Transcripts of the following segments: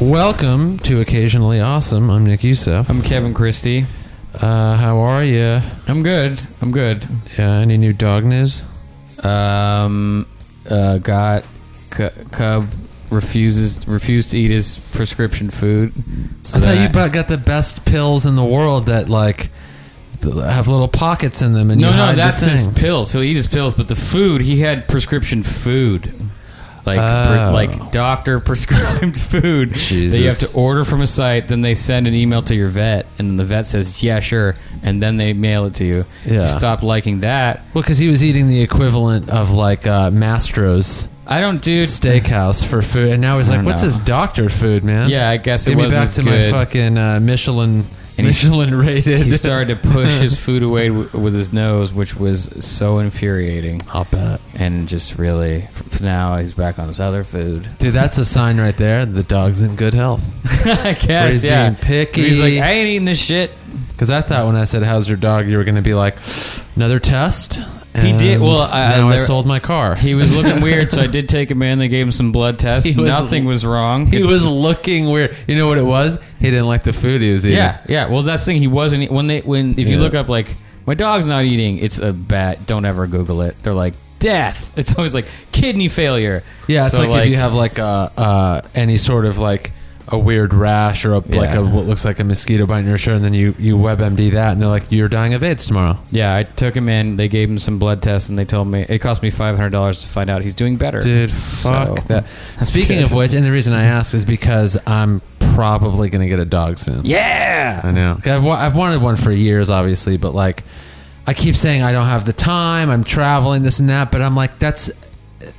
Welcome to Occasionally Awesome. I'm Nick Youssef. I'm Kevin Christie. Uh, how are you? I'm good. I'm good. Yeah, any new dog news? Um, uh, got c- Cub refuses refused to eat his prescription food. So I thought then you brought, got the best pills in the world that like th- have little pockets in them, and no, you hide no, the that's his thing. pills. He'll eat his pills, but the food he had prescription food, like Oh. pre- like doctor prescribed food that you have Jesus. to order from a site. Then they send an email to your vet, and the vet says, "Yeah, sure," and then they mail it to you. Yeah. You stop liking that. Well, because he was eating the equivalent of like uh, Mastro's I don't do. steakhouse for food, and now he's I like, don't "What's know. this doctor food, man?" Yeah, I guess it Get me wasn't back as to good. my fucking uh, Michelin And he- Michelin rated. he started to push his food away w- with his nose, which was so infuriating. I'll bet. And just really, f- now he's back on his other food. Dude, that's a sign right there. The dog's in good health. I guess, he's yeah. being picky. He's like, I ain't eating this shit. Because I thought when I said, "How's your dog?" you were going to be like, "Another test." He did- and well, I- now I there- sold my car. He was looking weird, so I did take him in. They gave him some blood tests. He was- Nothing was wrong. he It's- was looking weird. You know what it was? He didn't like the food he was eating. yeah, yeah. Well, that's the thing. He wasn't eat- when they when if you Yeah. look up like my dog's not eating. It's a bat. Don't ever Google it. They're like death. It's always like kidney failure. yeah. It's So, like, if you have like uh, uh, any sort of like a weird rash or a, like Yeah. a, what looks like a mosquito bite in your shirt, and then you you WebMD that, and they're like, "You're dying of AIDS tomorrow." Yeah, I took him in. They gave him some blood tests, and they told me it cost me five hundred dollars to find out he's doing better. Dude, fuck So, that. that's Speaking good. of which, and the reason I ask is because I'm probably going to get a dog soon. I Yeah. know. I've, wa- I've wanted one for years, obviously, but like, I keep saying I don't have the time. I'm traveling, this and that, but I'm like, that's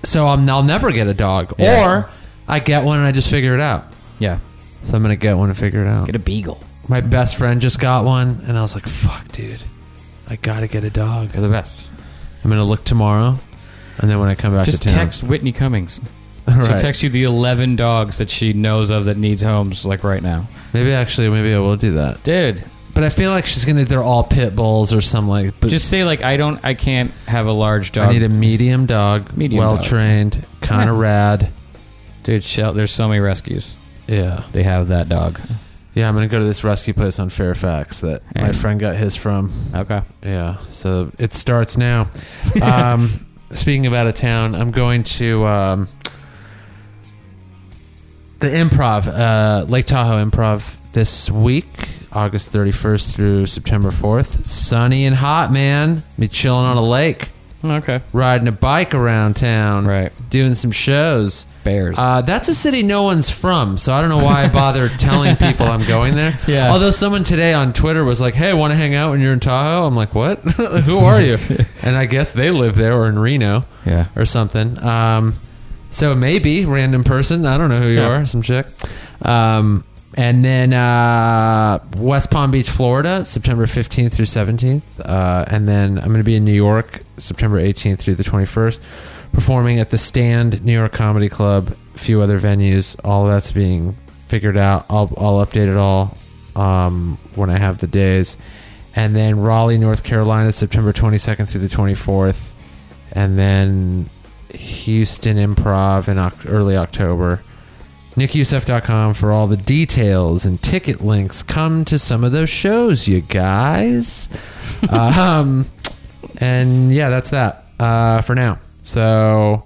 so I'm, I'll never get a dog, Yeah. or I get one and I just figure it out. Yeah. So I'm gonna get one and figure it out. Get a beagle. My best friend just got one, and I was like, fuck, dude, I gotta get a dog. They're the best. I'm gonna look tomorrow, and then when I come back Just to town, text Whitney Cummings. She'll Right. text you the eleven dogs that she knows of that needs homes, like right now. Maybe actually, maybe I will do that. Dude, But I feel like she's gonna. They're all pit bulls or some like. But just say like I don't, I can't have a large dog. I need a medium dog, Medium well dog. trained, kind of rad. Dude, shell, there's so many rescues. Yeah, They have that dog. yeah. I'm gonna go to this rescue place on Fairfax that my And- friend got his from. Okay. Yeah, so it starts now. Um, speaking of out of town, I'm going to um, the Improv, uh, Lake Tahoe Improv, this week, August 31st through September 4th. Sunny and hot, man. Be chilling on a lake, Okay. riding a bike around town, Right. doing some shows. Bears. Uh, that's a city no one's from, so I don't know why I bother telling people I'm going there. Yeah. Although someone today on Twitter was like, "Hey, want to hang out when you're in Tahoe?" I'm like, "What? Who are you?" And I guess they live there or in Reno yeah. or something. Um, so maybe random person. I don't know who you Yeah. are. Some chick. Um, and then uh, West Palm Beach, Florida, September 15th through 17th. Uh, and then I'm going to be in New York, September 18th through the 21st, performing at the Stand New York Comedy Club, a few other venues. All that's being figured out. I'll, I'll update it all um, when I have the days. And then Raleigh, North Carolina, September 22nd through the 24th and then Houston Improv in oc- early October. NickYoussef.com for all the details and ticket links. Come to some of those shows, you guys. um, and yeah, that's that uh, for now. So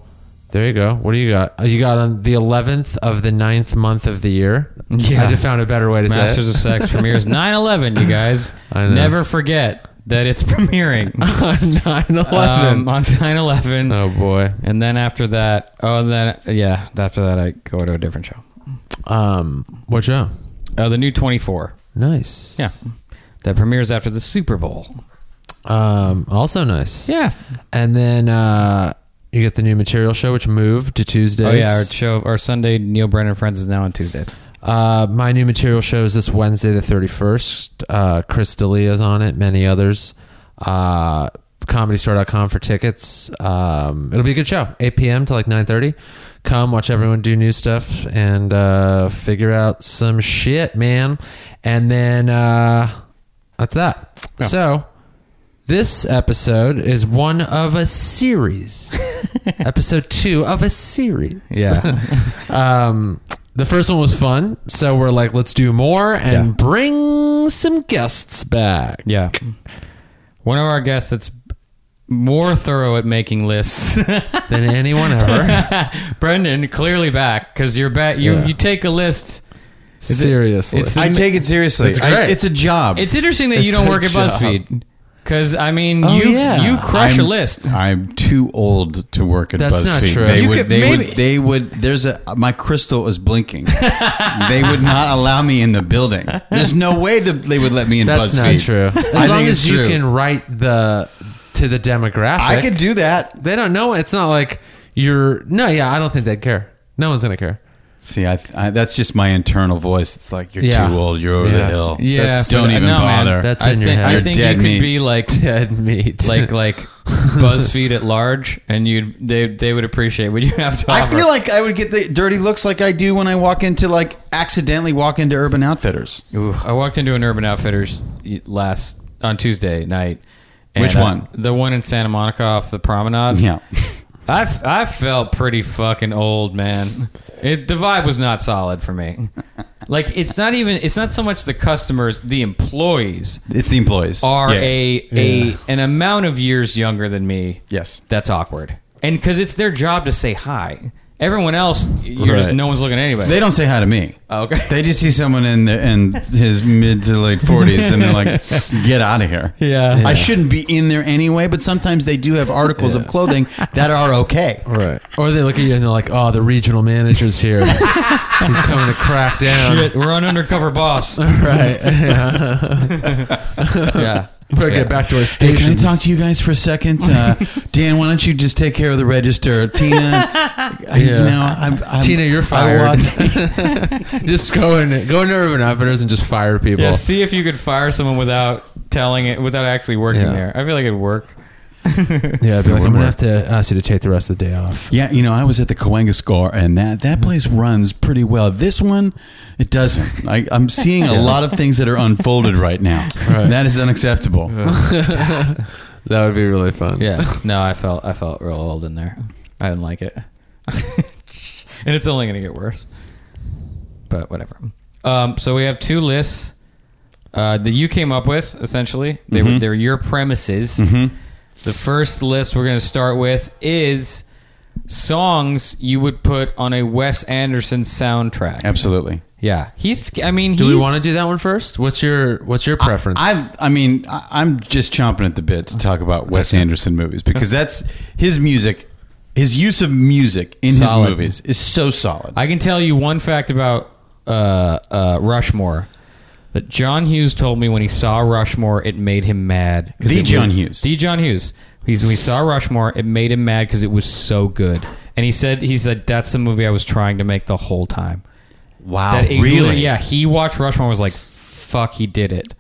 there you go. What do you got? Uh, You got on the 11th of the ninth month of the year. Yeah. I just found a better way to Masters say it. of Sex premieres 9 11, you guys. I know. Never forget that it's premiering on 9 um, on 9 11. oh, boy. And then after that, oh, and then, yeah, after that, I go to a different show. Um, what show? Oh, the new 24. Nice. Yeah. That premieres after the Super Bowl. Um, also nice. Yeah. And then uh, you get the new material show, which moved to Tuesdays. Oh, yeah. Our show, our Sunday Neil Brennan Friends is now on Tuesdays. Uh, my new material show is this Wednesday, the 31st. Uh, Chris D'Elia is on it, many others. Uh, ComedyStore.com for tickets. Um, it'll be a good show, 8 p.m. to like 9.30. Come watch everyone do new stuff and uh, figure out some shit, man. And then uh, that's that. Yeah. So this episode is one of a series. episode two of a series. Yeah. Um, The first one was fun, so we're like, let's do more and Yeah. bring some guests back. Yeah. One of our guests that's more thorough at making lists, Than anyone ever. Brendan, clearly back because you're back. You Yeah. you take a list. it- Seriously. it's- I take it seriously. It's It's, great. it's a job. It's interesting that you It's don't a work at job. BuzzFeed because I mean Oh, you yeah. you crush a I'm- list. I'm too old to work at That's not BuzzFeed. true. They You would. could- they maybe- would. They would. There's a. My crystal is blinking. they would not allow me in the building. There's no way that they would let me in. That's BuzzFeed. not true. As I long think as it's you true. can write the to the demographic. I could do that. they don't know it's not like you're no, yeah, I don't think they'd care. No one's gonna care. See, I, I that's just my internal voice. It's like you're Yeah. too old. You're over Yeah. the hill. Yeah, That's- but don't even no, man. bother. That's I in your think, head. I You're think dead you could meat. be like Dead meat. like like BuzzFeed at large, and you they they would appreciate what you have to offer. I feel like I would get the dirty looks like I do when I walk into like accidentally walk into Urban Outfitters. Ooh, I walked into an Urban Outfitters last on Tuesday night. Which uh, one? the one in Santa Monica off the Promenade. Yeah. I, f- I felt pretty fucking old, man. It, the vibe was not solid for me. Like it's not even it's not so much the customers, the employees It's the employees. are Yeah. a a an amount of years younger than me. Yes. that's awkward, and because it's their job to say hi. Everyone else, you're just Right. no one's looking at anybody. They don't say hi to me. Oh, okay. They just see someone in the in his mid to late forties, and they're like, "Get out of here." Yeah. I shouldn't be in there anyway. But sometimes they do have articles of clothing that are okay. Right. Or they look at you and they're like, Oh, the regional manager's here. He's coming to crack down. Shit, we're on undercover boss. Right. Yeah. yeah. Better get back to our Hey, station. can I talk to you guys for a second? Uh, Dan, why don't you just take care of the register? Tina, I, you Yeah. know, I'm, I'm, Tina, you're I fired. walked- Just go in, go into Urban Outfitters and just fire people. Yeah, see if you could fire someone without telling it, without actually working Yeah. there. I feel like it'd work. Yeah, I'd be like, It I'm would gonna have work. to ask you to take the rest of the day off. Yeah, you know, I was at the Coenga Score, and that, Mm-hmm. that place runs pretty well. This one, it doesn't. I, I'm seeing a lot of things that are unfolded right now. Right. That is unacceptable. That would be really fun. Yeah. no, I felt I felt real old in there. I didn't like it, and it's only going to get worse. But whatever. Um, so we have two lists uh, that you came up with. Essentially, they were they're your premises. The first list we're going to start with is songs you would put on a Wes Anderson soundtrack. Absolutely. Yeah, he's. I mean, Do we he's- want to do that one first? What's your What's your preference? I, I mean, I, I'm just chomping at the bit to talk about Wes Anderson movies because that's his music, his use of music in Solid. his movies is so solid. I can tell you one fact about uh, uh, Rushmore that John Hughes told me when he saw Rushmore, it made him mad. 'Cause The it John was- Hughes. The John Hughes. He's, when he saw Rushmore, it made him mad because it was so good. And he said, he said, that's the movie I was trying to make the whole time. wow, That he- Oh, really? Yeah, he watched Rushmore and was like, fuck, he did it.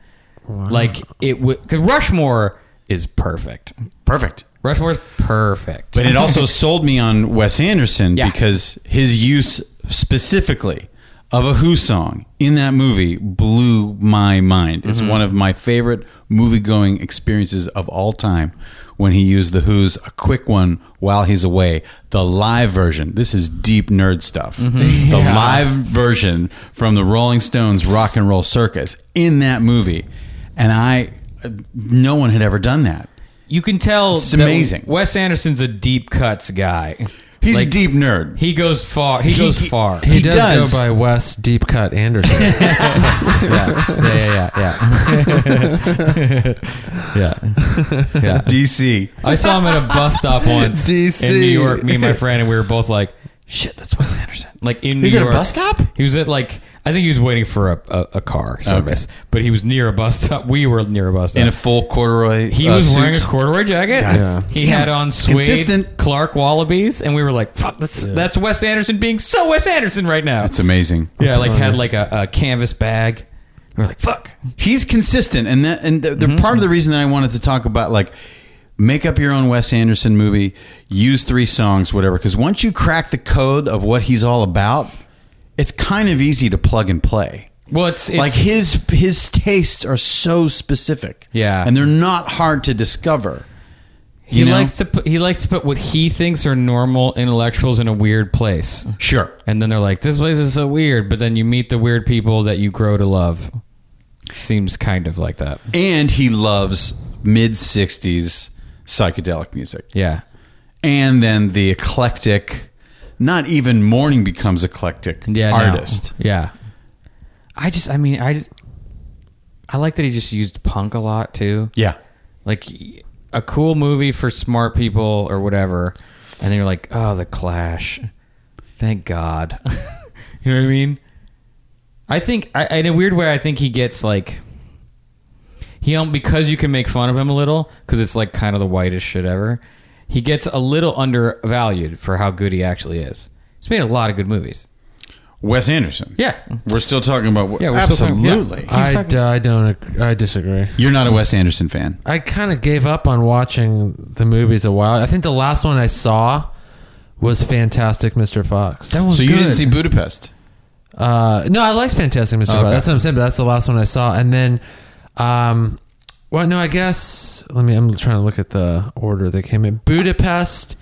Like, it would, because Rushmore is perfect. perfect. Rushmore's perfect. But it also sold me on Wes Anderson Yeah. because his use specifically of a Who song in that movie blew my mind. Mm-hmm. It's one of my favorite movie going experiences of all time when he used the Who's a quick one while he's away. The live version. This is deep nerd stuff. Mm-hmm. The live version from the Rolling Stones rock and roll circus in that movie. And I no one had ever done that. you can tell It's that amazing. Wes Anderson's a deep cuts guy. He's Like- a deep nerd. He goes far. He, goes far. he, he does, does. go by Wes Deep Cut Anderson. yeah, yeah, yeah, yeah, yeah. yeah. yeah. DC. I saw him at a bus stop once DC. in New York. Me and my friend, and we were both like, "Shit, that's Wes Anderson." Like in He's New at a York, bus stop? He was at like I think he was waiting for a, a, a car service, but he was near a bus stop. We were near a bus stop. in a full corduroy. he uh, was suit. wearing a corduroy jacket. Yeah. He had on suede Consistent. Clark Wallabies, and we were like, "Fuck, that's that's Wes Anderson being so Wes Anderson right now." That's amazing. Yeah, That's like funny. had like a, a canvas bag. We were like, fuck. He's consistent, and that and the, the Mm-hmm. part of the reason that I wanted to talk about like make up your own Wes Anderson movie, use three songs, whatever. Because once you crack the code of what he's all about, it's kind of easy to plug and play. Well, it's, it's like his his tastes are so specific, Yeah. and they're not hard to discover. He You know? likes to put, he likes to put what he thinks are normal intellectuals in a weird place. Sure. And then they're like, "This place is so weird," but then you meet the weird people that you grow to love. Seems kind of like that. And he loves mid 60s psychedelic music. Yeah. And then the eclectic, not even morning becomes eclectic Yeah. no. artist. Yeah. I just I mean, I I like that he just used punk a lot too. Yeah. Like a cool movie for smart people or whatever. And then you're like, "Oh, The Clash." Thank God. you know what I mean? I think I, in a weird way I think he gets like he um, because you can make fun of him a little because it's like kind of the whitest shit ever. He gets a little undervalued for how good he actually is. He's made a lot of good movies. Wes Anderson. Yeah. We're still talking about. Yeah, we're still talking- absolutely. yeah. I, fucking- d- I don't. ag- I disagree. You're not a Wes Anderson fan. I kind of gave up on watching the movies a while. I think the last one I saw was Fantastic Mr. Fox. That was so you didn't Oh, good. see Budapest. Uh, no, I liked Fantastic Mr. Okay. Fox. That's what I'm saying. But that's the last one I saw. And then, um, well, no, I guess. Let me. I'm trying to look at the order they came in. Budapest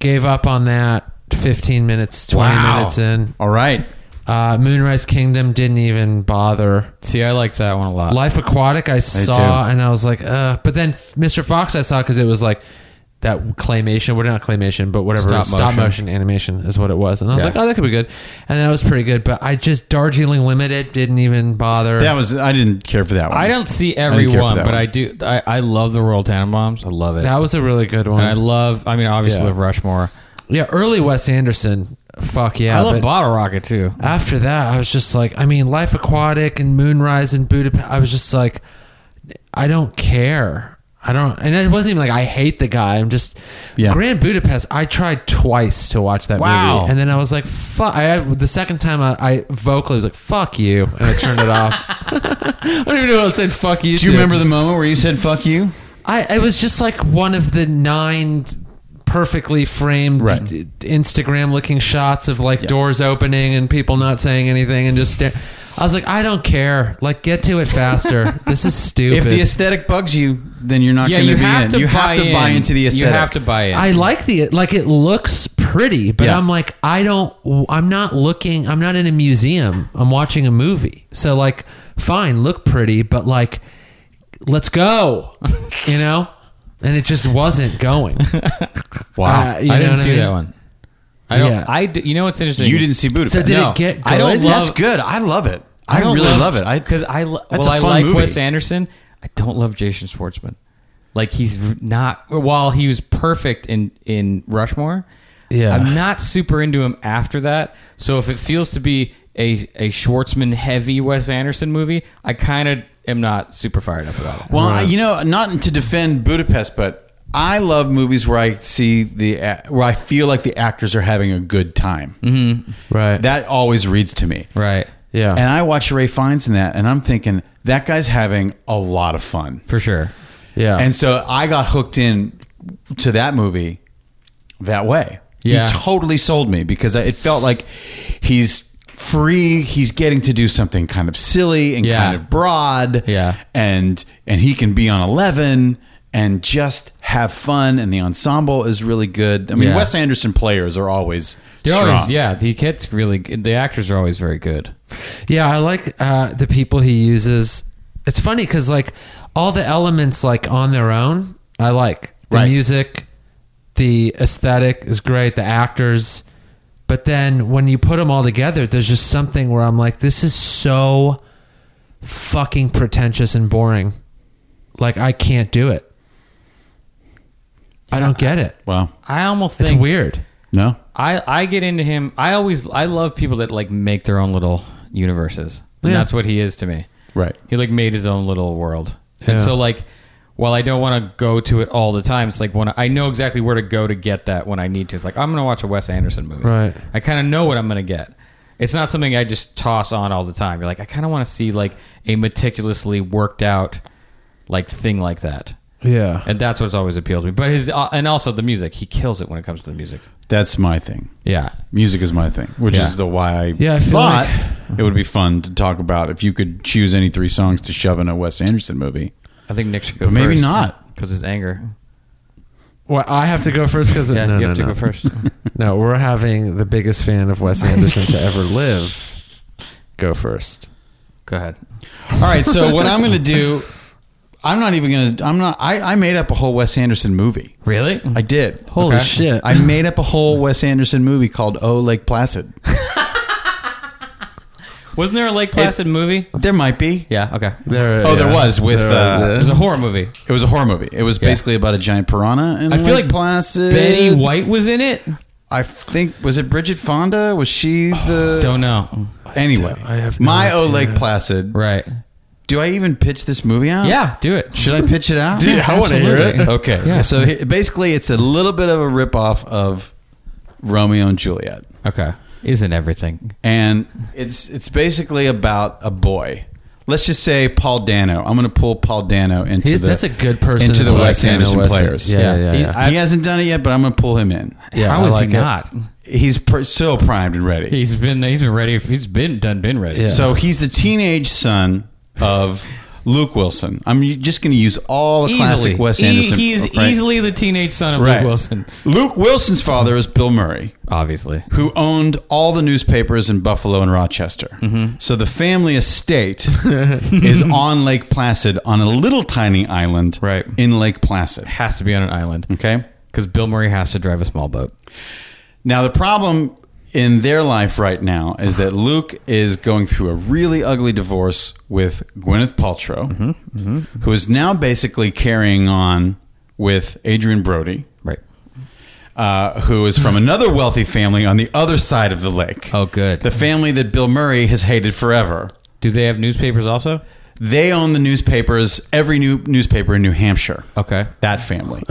gave up on that. 15 minutes, 20 Wow. minutes in. All Er. right. Uh, Moonrise Kingdom didn't even bother. See, I like that one a lot. Life Aquatic, I saw and I was like, uh. But then Mr. Fox, I saw because it was like that claymation, well, not claymation, but whatever Stop stop, motion. motion. animation is what it was. And I was Yeah. like, oh, that could be good. And that was pretty good. But I just, Darjeeling Limited didn't even bother. That was. I didn't care for that one. I don't see didn't care for everyone, that but one. I do. I, I love the Royal Tannenbaums. I love it. That was a really good one. and I love. I mean, obviously, Yeah. love Rushmore. yeah, early Wes Anderson. Fuck yeah. I love but Bottle Rocket too. after that, I was just like, I mean, Life Aquatic and Moonrise and Budapest. I was just like, I don't care. I don't, and it wasn't even like I hate the guy. I'm just Yeah. Grand Budapest. I tried twice to watch that Wow. movie, and then I was like, "Fuck!" I, the second time, I, I vocally was like, "Fuck you," and I turned it off. I don't even know what I was saying. "Fuck you." Do you to. remember the moment where you said "fuck you"? I, it was just like one of the nine perfectly framed Right. Instagram looking shots of like doors opening and people not saying anything and just sta- I was like, I don't care. Like, get to it faster. this is If stupid. the aesthetic bugs you, then you're not Yeah, going you be in. have to. you have to buy in. into the aesthetic. You have to buy in. I like the like it looks pretty, but Yeah. I'm like I don't I'm not looking I'm not in a museum. I'm watching a movie. So like fine, look pretty, but like let's go. you know? And it just wasn't going. Wow. Uh, you know I didn't what see mean? that one. I don't. Yeah. I. d- You know what's interesting? you didn't see Budapest. So did No. it get I don't good? love- That's good. I love it. I, don't really love, it. I because I. lo- That's Well, a I fun like movie. Wes Anderson. I don't love Jason Schwartzman. Like he's r- not. While he was perfect in in Rushmore, Yeah. I'm not super into him after that. So if it feels to be a a Schwartzman heavy Wes Anderson movie, I kind of am not super fired up about it. Well, I, you know, not to defend Budapest, but I love movies where I see the a- where I feel like the actors are having a good time. Mm-hmm. Right. That always reads to me. Right. yeah. And I watch Ray Fiennes in that, and I'm thinking that guy's having a lot of fun. For sure. Oh. yeah. And so I got hooked in to that movie that way. Yeah. He totally sold me because I- it felt like he's free. He's getting to do something kind of silly and Yeah. kind of broad. Yeah. And and he can be on eleven and just have fun. And the ensemble is really good. I mean, Yeah. Wes Anderson players are always They're strong. always yeah. The kids really. good. The actors are always very good. Yeah, I like uh, the people he uses. It's funny because like all the elements like on their own, I like the Right. music, the aesthetic is great, the actors, but then when you put them all together, there's just something where I'm like, this is so fucking pretentious and boring. Like I can't do it. I don't get it. Well, I almost It's think weird. no. I I get into him. I always I love people that like make their own little universes. And Yeah. that's what he is to me. Right. He like made his own little world. Yeah. And so like while I don't want to go to it all the time, it's like when I, I know exactly where to go to get that when I need to. It's like I'm going to watch a Wes Anderson movie. Right. I kind of know what I'm going to get. It's not something I just toss on all the time. You're like I kind of want to see like a meticulously worked out like thing like that. Yeah. And that's what's always appealed to me. But his uh, and also the music. He kills it when it comes to the music. That's my thing. Yeah. Music is my thing, which Yeah. is the why I, Yeah, I feel thought it would be fun to talk about if you could choose any three songs to shove in a Wes Anderson movie. I think Nick should go But maybe not. because his anger. Well, I have to go first because Yeah, no, you no, have to no. go first. No, we're having the biggest fan of Wes Anderson to ever live go first. go ahead. All right, so what I'm going to do, I'm not even going to. I'm not. I, I made up a whole Wes Anderson movie. Really? I did. Holy shit. I made up a whole Wes Anderson movie called Oh Lake Placid. Wasn't there a Lake Placid movie? There might be. Yeah. Okay. There, Oh, there yeah. was with, uh, yeah. It was a horror movie. It was a horror movie. It was basically about a giant piranha. And I feel like Placid. Betty White was in it. I think was it Bridget Fonda? Was she the? Oh, Don't know. Anyway, I have no my O idea. Lake Placid. Right. Do I even pitch this movie out? Yeah. Do it. uh, Should I pitch it out? Dude, I want to hear Absolutely. it. Okay. Yeah. So he- basically, it's a little bit of a ripoff of Romeo and Juliet, Okay. Isn't everything? and it's it's basically about a boy. Let's just say Paul Dano. I'm going to pull Paul Dano into He's- the. that's a good person into to the play Wes Dano Anderson Wes- players. Yeah, yeah, Yeah. yeah. He- he hasn't done it yet, but I'm going to pull him in. Yeah, How I is like he it. not? He's pr- so primed and ready. He's been. He's been ready. He's been done. Been ready. Yeah. So he's the teenage son of Luke Wilson. I'm just going to use all the classic Wes He- Anderson. he is right? E- easily the teenage son of Right. Luke Wilson. Luke Wilson's father is Bill Murray, Obviously. who owned all the newspapers in Buffalo and Rochester. Mm-hmm. So the family estate is on Lake Placid, on a little tiny island Right. in Lake Placid. Has to be on an island. Okay. Because Bill Murray has to drive a small boat. Now, the problem in their life right now is that Luke is going through a really ugly divorce with Gwyneth Paltrow, Mm-hmm. who is now basically carrying on with Adrian Brody, Right. uh, who is from another wealthy family on the other side of the lake. Oh, good. The family that Bill Murray has hated forever. Do they have newspapers also? They own the newspapers, every new newspaper in New Hampshire. Okay. That family.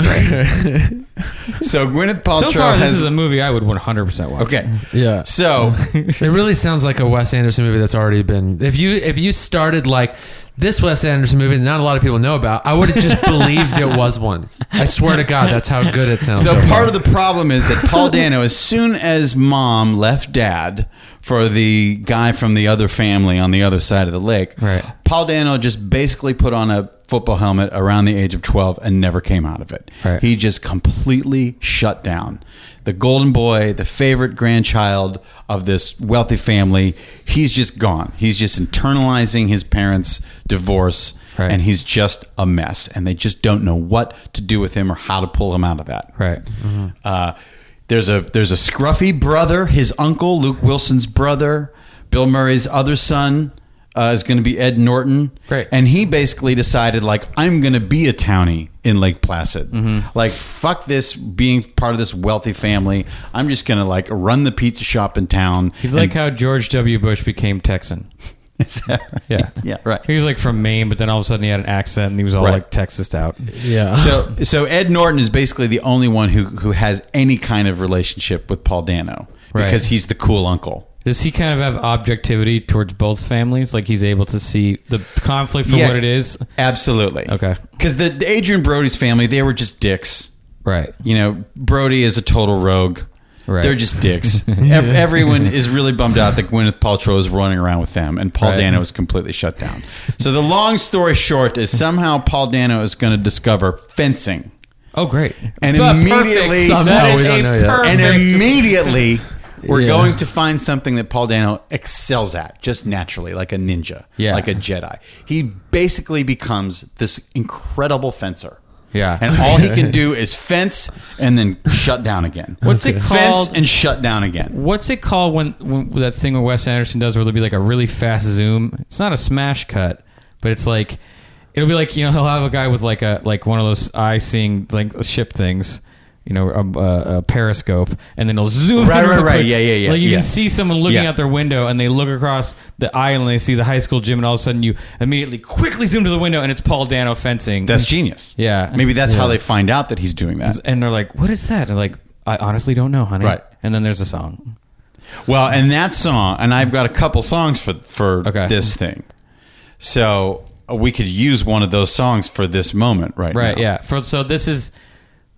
so Gwyneth So Paltrow far, has this is a movie I would 100% watch. okay. Yeah. So It really sounds like a Wes Anderson movie that's already been. If you if you started like this Wes Anderson movie that not a lot of people know about, I would have just believed it was one. I swear to God, that's how good it sounds. So far. part of the problem is that Paul Dano, as soon as mom left dad for the guy from the other family on the other side of the lake, Right. Paul Dano just basically put on a football helmet around the age of 12 and never came out of it. Right. He just completely shut down. The golden boy, the favorite grandchild of this wealthy family, he's just gone. He's just internalizing his parents' divorce Right. and he's just a mess and they just don't know what to do with him or how to pull him out of that. Right. Uh, there's a there's a scruffy brother, his uncle Luke Wilson's brother, Bill Murray's other son uh, is going to be Ed Norton, Right. and he basically decided like I'm going to be a townie in Lake Placid, Mm-hmm. like fuck this being part of this wealthy family. I'm just going to like run the pizza shop in town. He's like how George W. Bush became Texan. Is that right? Yeah. yeah, right. He was like from Maine, but then all of a sudden he had an accent and he was all Right. like Texas out. yeah. so so Ed Norton is basically the only one who who has any kind of relationship with Paul Dano Right. because he's the cool uncle. Does he kind of have objectivity towards both families? Like he's able to see the conflict for Yeah. what it is? Absolutely. Okay. Because the, the Adrian Brody's family, they were just dicks. Right. You know, Brody is a total rogue. Right. They're just dicks. Ev- Everyone is really bummed out that Gwyneth Paltrow is running around with them, and Paul Right. Dano is completely shut down. So the long story short is somehow Paul Dano is going to discover fencing, Oh, great. and The perfect immediately sum- Somehow that is we don't a know yet. perfect- and immediately we're Yeah. going to find something that Paul Dano excels at just naturally, like a ninja, Yeah. like a Jedi. He basically becomes this incredible fencer. Yeah. And all he can do is fence and then shut down again. What's it Fence called? and shut down again. What's it called when, when that thing where Wes Anderson does where there'll be like a really fast zoom? It's not a smash cut, but it's like it'll be like you know he'll have a guy with like a like one of those eye seeing like ship things, you know, a, a, a periscope, and then he'll zoom. Right, in right, real right. quick. Yeah, yeah, yeah, Like you yeah. can see someone looking Yeah. out their window, and they look across the aisle and they see the high school gym, and all of a sudden you immediately quickly zoom to the window, and it's Paul Dano fencing. That's genius. Yeah. Maybe that's how they find out that he's doing that. and they're like, "What is that?" And like, I honestly don't know, honey. Right. And then there's a song. Well, and that song, and I've got a couple songs for for Okay. this thing. uh, So we could use one of those songs for this moment right Right. now. Yeah. For, so this is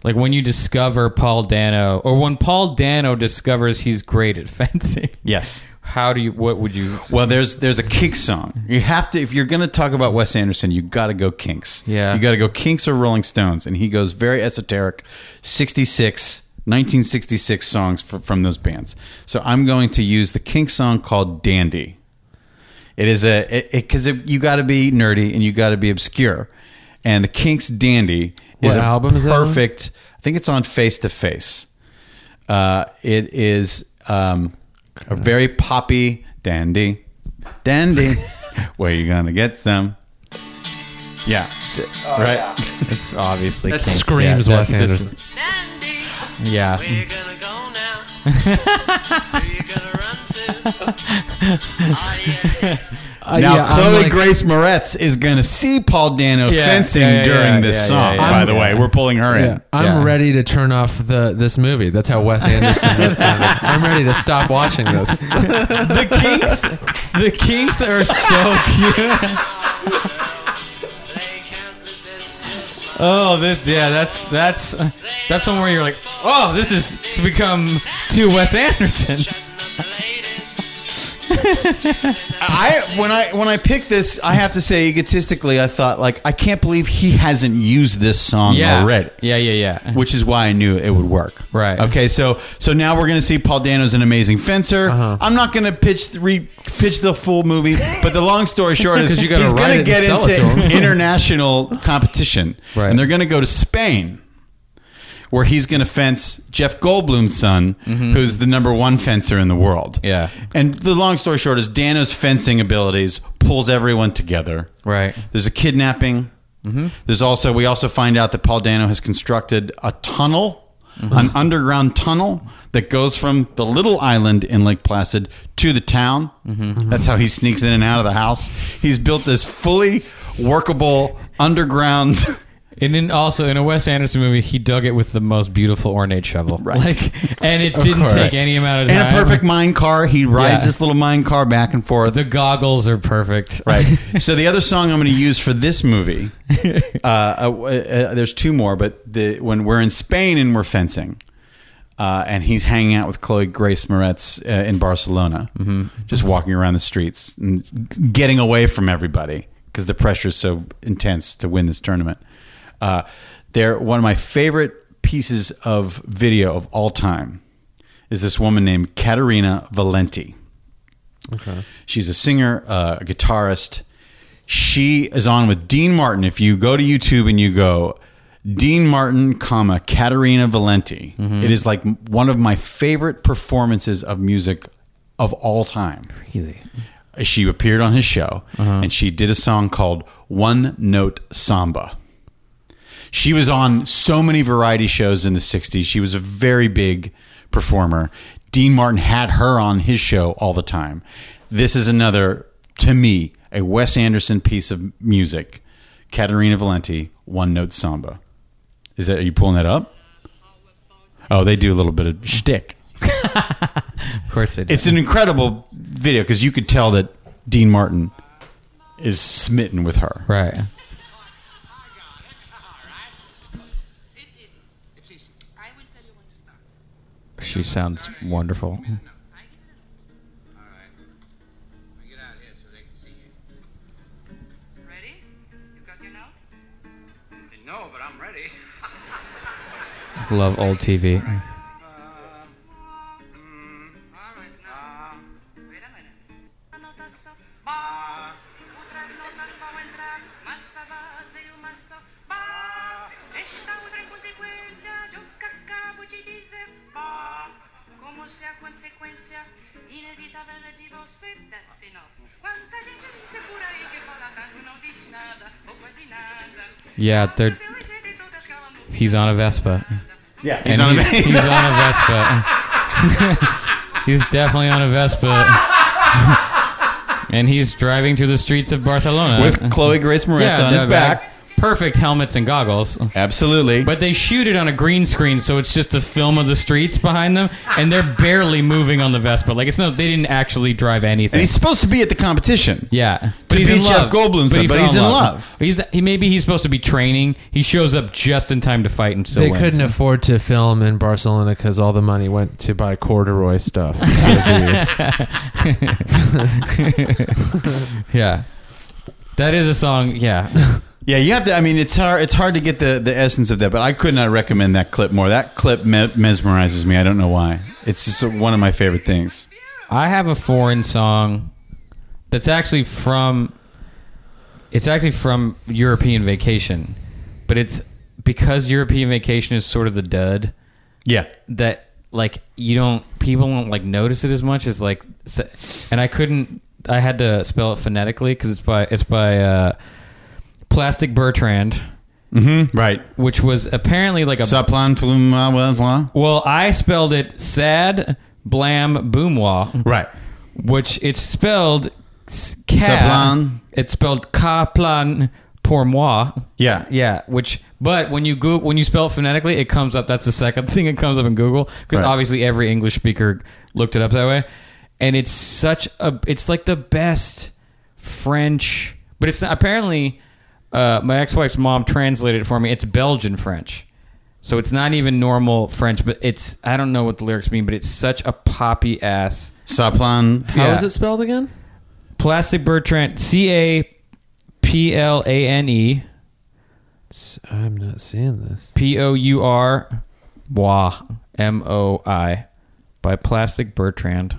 Like when you discover Paul Dano, or when Paul Dano discovers he's great at fencing. Yes. How do you? What would you? Well, there's there's a Kinks song. You have to if you're going to talk about Wes Anderson, you got to go Kinks. Yeah. you got to go Kinks or Rolling Stones, and he goes very esoteric, 66, 1966 songs fr- from those bands. So I'm going to use the Kinks song called Dandy. It is a because it, you got to be nerdy and you got to be obscure, and the Kinks Dandy is What a album is that on? perfect. I think it's on Face to Face. Uh, it is um, a very poppy dandy, dandy. Where you gonna get some? Yeah, right. It's obviously Oh, That Kinks, screams yeah, Wes that's just- Anderson. Dandy, yeah, where you gonna go now? Who you gonna run to? Are you Uh, now yeah, I'm Chloe like- Grace Moretz is gonna see Paul Dano Yeah, fencing yeah, yeah, during yeah, this yeah, song. yeah, yeah. by I'm- the way, we're pulling her Yeah, in. I'm Yeah. ready to turn off the this movie. That's how Wes Anderson. That's I'm ready to stop watching this. the Kinks. The Kinks are so cute. They can't resist. Oh, this yeah, that's that's uh, that's one where you're like, oh, this is to become to Wes Anderson. The ladies, I when I when I picked this, I have to say egotistically, I thought like I can't believe he hasn't used this song Yeah, already. yeah, yeah, yeah. which is why I knew it would work. Right. Okay. So so now we're gonna see Paul Dano's an amazing fencer. Uh-huh. I'm not gonna pitch the re, pitch the full movie, but the long story short is 'Cause you gotta he's write it gonna and get sell it to into him. international competition, Right. and they're gonna go to Spain. Where he's going to fence Jeff Goldblum's son, Mm-hmm. who's the number one fencer in the world. Yeah. And the long story short is Dano's fencing abilities pulls everyone together. Right. Mm-hmm. There's a kidnapping. There's also we also find out that Paul Dano has constructed a tunnel, Mm-hmm. an underground tunnel that goes from the little island in Lake Placid to the town. Mm-hmm. That's how he sneaks in and out of the house. He's built this fully workable underground. And then also in a Wes Anderson movie, he dug it with the most beautiful ornate shovel. Right. Like, and it didn't course. take any amount of In time. a perfect mine car, he rides Yeah. this little mine car back and forth. The goggles are perfect. Right. so the other song I'm going to use for this movie, uh, uh, uh, there's two more, but the when we're in Spain and we're fencing, uh, and he's hanging out with Chloe Grace Moretz uh, in Barcelona, just walking around the streets and getting away from everybody because the pressure is so intense to win this tournament. Uh, they're one of my favorite pieces of video of all time. Is this woman named Caterina Valenti? She's a singer, uh, a guitarist. She is on with Dean Martin. If you go to YouTube and you go Dean Martin, comma Caterina Valenti, it is like m- one of my favorite performances of music of all time. Really? She appeared on his show and she did a song called One Note Samba. She was on so many variety shows in the 60s. She was a very big performer. Dean Martin had her on his show all the time. This is another, to me, a Wes Anderson piece of music. Caterina Valenti, One Note Samba. Is that, are you pulling that up? Oh, they do a little bit of shtick. Of course they did. It's an incredible video because you could tell that Dean Martin is smitten with her. right. It's easy. It's easy. I will tell you when to start. She sounds wonderful. I give it a note. all right. Now get out of here so they can see you. Ready? You got your note? No, but I'm ready. Love old TV. Uh, Mm, All right, now. Wait a minute. Notas of ba. Utras notas vão entrar. Massa vaza e uma só. Ba. Esta outra é consequência de o que acabo de dizer. Ba. Como se a consequência inevitável é de você. That's enough. Quanta gente tem por aí que fala tanto, não diz nada ou quase nada. Yeah, they're, he's on a Vespa. Yeah, And he's, he's on a Vespa. he's definitely on a Vespa. and he's driving through the streets of Barcelona. with Chloe Grace Moretz Yeah, on his no, back, like- perfect helmets and goggles. Absolutely. But they shoot it on a green screen, so it's just the film of the streets behind them, and they're barely moving on the Vespa. Like it's no, they didn't actually drive anything. and he's supposed to be at the competition. yeah, to beat Jeff Goldblum, but he's in love. He's he maybe he's supposed to be training. He shows up just in time to fight and still they wins. couldn't afford to film in Barcelona because all the money went to buy corduroy stuff. for the- Yeah, that is a song. Yeah, Yeah, you have to. I mean, it's hard. It's hard to get the, the essence of that, but I could not recommend that clip more. That clip me- mesmerizes me. I don't know why. It's just one of my favorite things. I have a foreign song that's actually from it's actually from European Vacation, but it's because European Vacation is sort of the dud Yeah, that like you don't people won't like notice it as much as like s- and I couldn't I had to spell it phonetically because it's by it's by uh, Plastic Bertrand, right. which was apparently like a Ça plane, flume, ah, blah, blah. well I spelled it sad blam boomwa Right. which it's spelled s- ca- Saplan. It's spelled kaplan pour moi. Yeah. Yeah, which but when you go when you spell it phonetically, it comes up. That's the second thing that comes up in Google because Right. obviously every English speaker looked it up that way, and it's such a it's like the best French, but it's not, apparently uh, my ex wife's mom translated it for me. It's Belgian French. So it's not even normal French, but it's I don't know what the lyrics mean, but it's such a poppy ass Ça plane. How Yeah. is it spelled again? Plastic Bertrand, C A P L A N E S- I'm not seeing this. P O U R Moi M O I by Plastic Bertrand.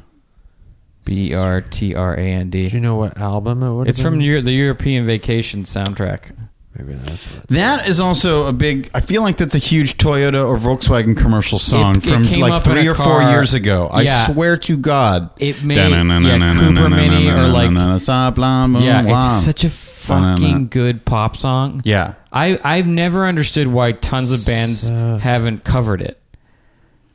B E R T R A N Do you D. know what album it would? It's from Euro- the European Vacation soundtrack. Maybe that's what. That is also a big. I feel like that's a huge Toyota or Volkswagen commercial song It- it from came like up in three a or four car. years ago. I Yeah. swear to God. It made yeah, Cooper Mini or like Ça plane, boom, yeah. Oh, wow. It's such a fucking good pop song. Yeah. I I've never understood why tons of bands So- haven't covered it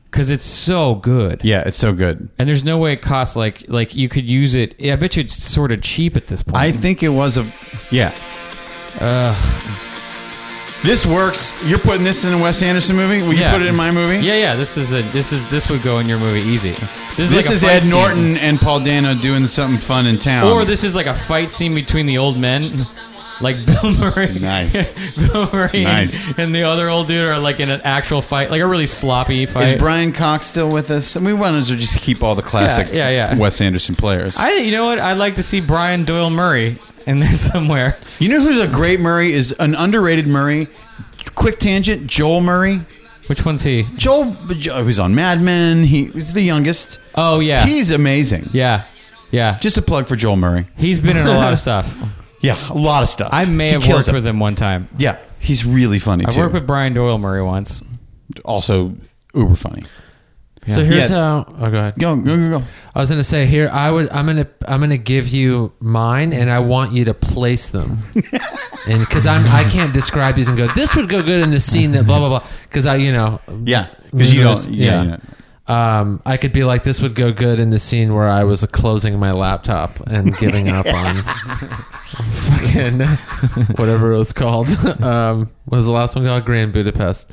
because it's so good. Yeah, it's so good. And there's no way it costs like like you could use it. I bet you it's sort of cheap at this point. I think it was a. Yeah. This works. You're putting this in a Wes Anderson movie? Will you Yeah. put it in my movie? yeah, yeah. This is a this is this would go in your movie easy. This is, This like a is fight Ed scene. Norton and Paul Dano doing something fun in town. or this is like a fight scene between the old men, like Bill Murray, Nice. Bill Murray, and- Nice. and the other old dude are like in an actual fight, like a really sloppy Is fight. Brian Cox still with us? And we wanted to just keep all the classic Yeah, yeah, yeah. Wes Anderson players. I you know what? I'd like to see Brian Doyle Murray in there somewhere. you know who's a great Murray? Is an underrated Murray. Quick tangent, Joel Murray. Which one's he? Joel, Joel who's on Mad Men. He, he's the youngest. Oh yeah, He's amazing. yeah, yeah. Just a plug for Joel Murray. He's been in a lot of stuff. Yeah, a lot of stuff. I may He have kills worked it. with him one time. Yeah, he's really funny I too. worked with Brian Doyle Murray once. also uber funny. So here's Yeah. how. Oh, go ahead. Go go go go. I was gonna say here. I would. I'm gonna. I'm gonna give you mine, and I want you to place them, and because I'm. I can't describe these and go. This would go good in the scene that blah blah blah. Because I, you know. Yeah, because you numerous- don't. Yeah, yeah. Um, I could be like, this would go good in the scene where I was closing my laptop and giving up on fucking whatever it was called. Um, what was the last one called? Grand Budapest.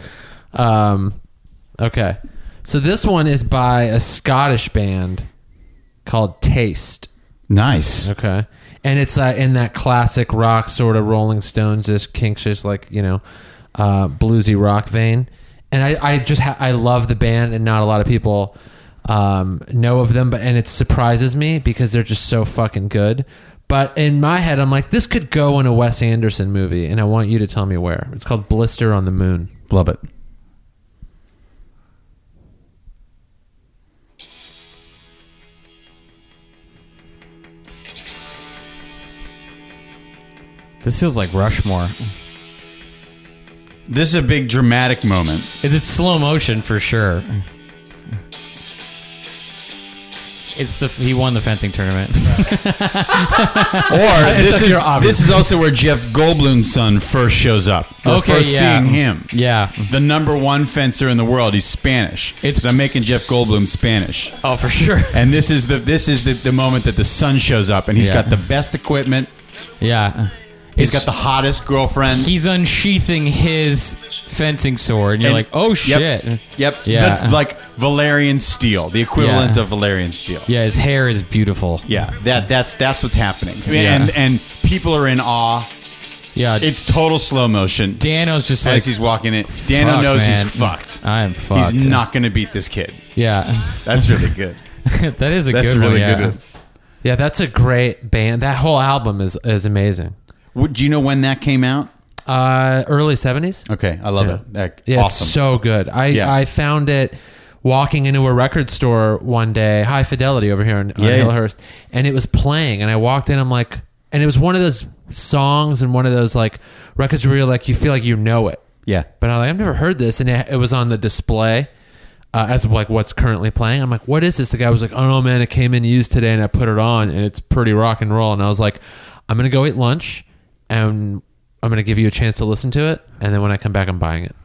Um, okay. So this one is by a Scottish band called Taste. Nice. Okay. And it's uh, in that classic rock sort of Rolling Stones, this Kinks, just like you know, uh, bluesy rock vein. And I, I just ha- I love the band, and not a lot of people um, know of them. But and it surprises me because they're just so fucking good. But in my head, I'm like, this could go in a Wes Anderson movie, and I want you to tell me where. It's called Blister on the Moon. Love it. This feels like Rushmore. This is a big dramatic moment. It's it's slow motion for sure. It's the he won the fencing tournament. Or this like is you're obvious. this is also where Jeff Goldblum's son first shows up. We're first seeing him. Yeah. The number one fencer in the world. He's Spanish. It's- It's I'm making Jeff Goldblum Spanish. Oh, for sure. And this is the this is the, the moment that the son shows up and he's Yeah. got the best equipment. Yeah. He's got the hottest girlfriend. He's unsheathing his fencing sword, and you're And- like, oh yep, shit. Yep. Yeah. The- like Valerian steel, the equivalent Yeah. of Valerian steel. Yeah, his hair is beautiful. Yeah, that that's that's what's happening, Yeah. and and people are in awe. Yeah, It's total slow motion. Dano's just as like he's walking in, Dano fuck, knows man. he's fucked. I am fucked. He's not going to beat this kid. Yeah, That's really good. that is a That's good really one. Yeah. good. Yeah, that's a great band. That whole album is is amazing. Would- Do you know when that came out? Uh, early seventies. Okay, I love Yeah. it. That- Yeah, awesome. it's so good. I Yeah. I found it walking into a record store one day, High Fidelity over here in, on Yeah, yeah. Hillhurst, and it was playing. And I walked in, I'm like, and it was one of those songs and one of those like records where you're like, you feel like you know it, yeah, but I'm like, I've never heard this, and it, it was on the display. Uh, as of like what's currently playing, I'm like, what is this? The guy was like, oh no, man, it came in used today, and I put it on, and it's pretty rock and roll. And I was like, I'm gonna go eat lunch, and I'm gonna give you a chance to listen to it, and then when I come back, I'm buying it.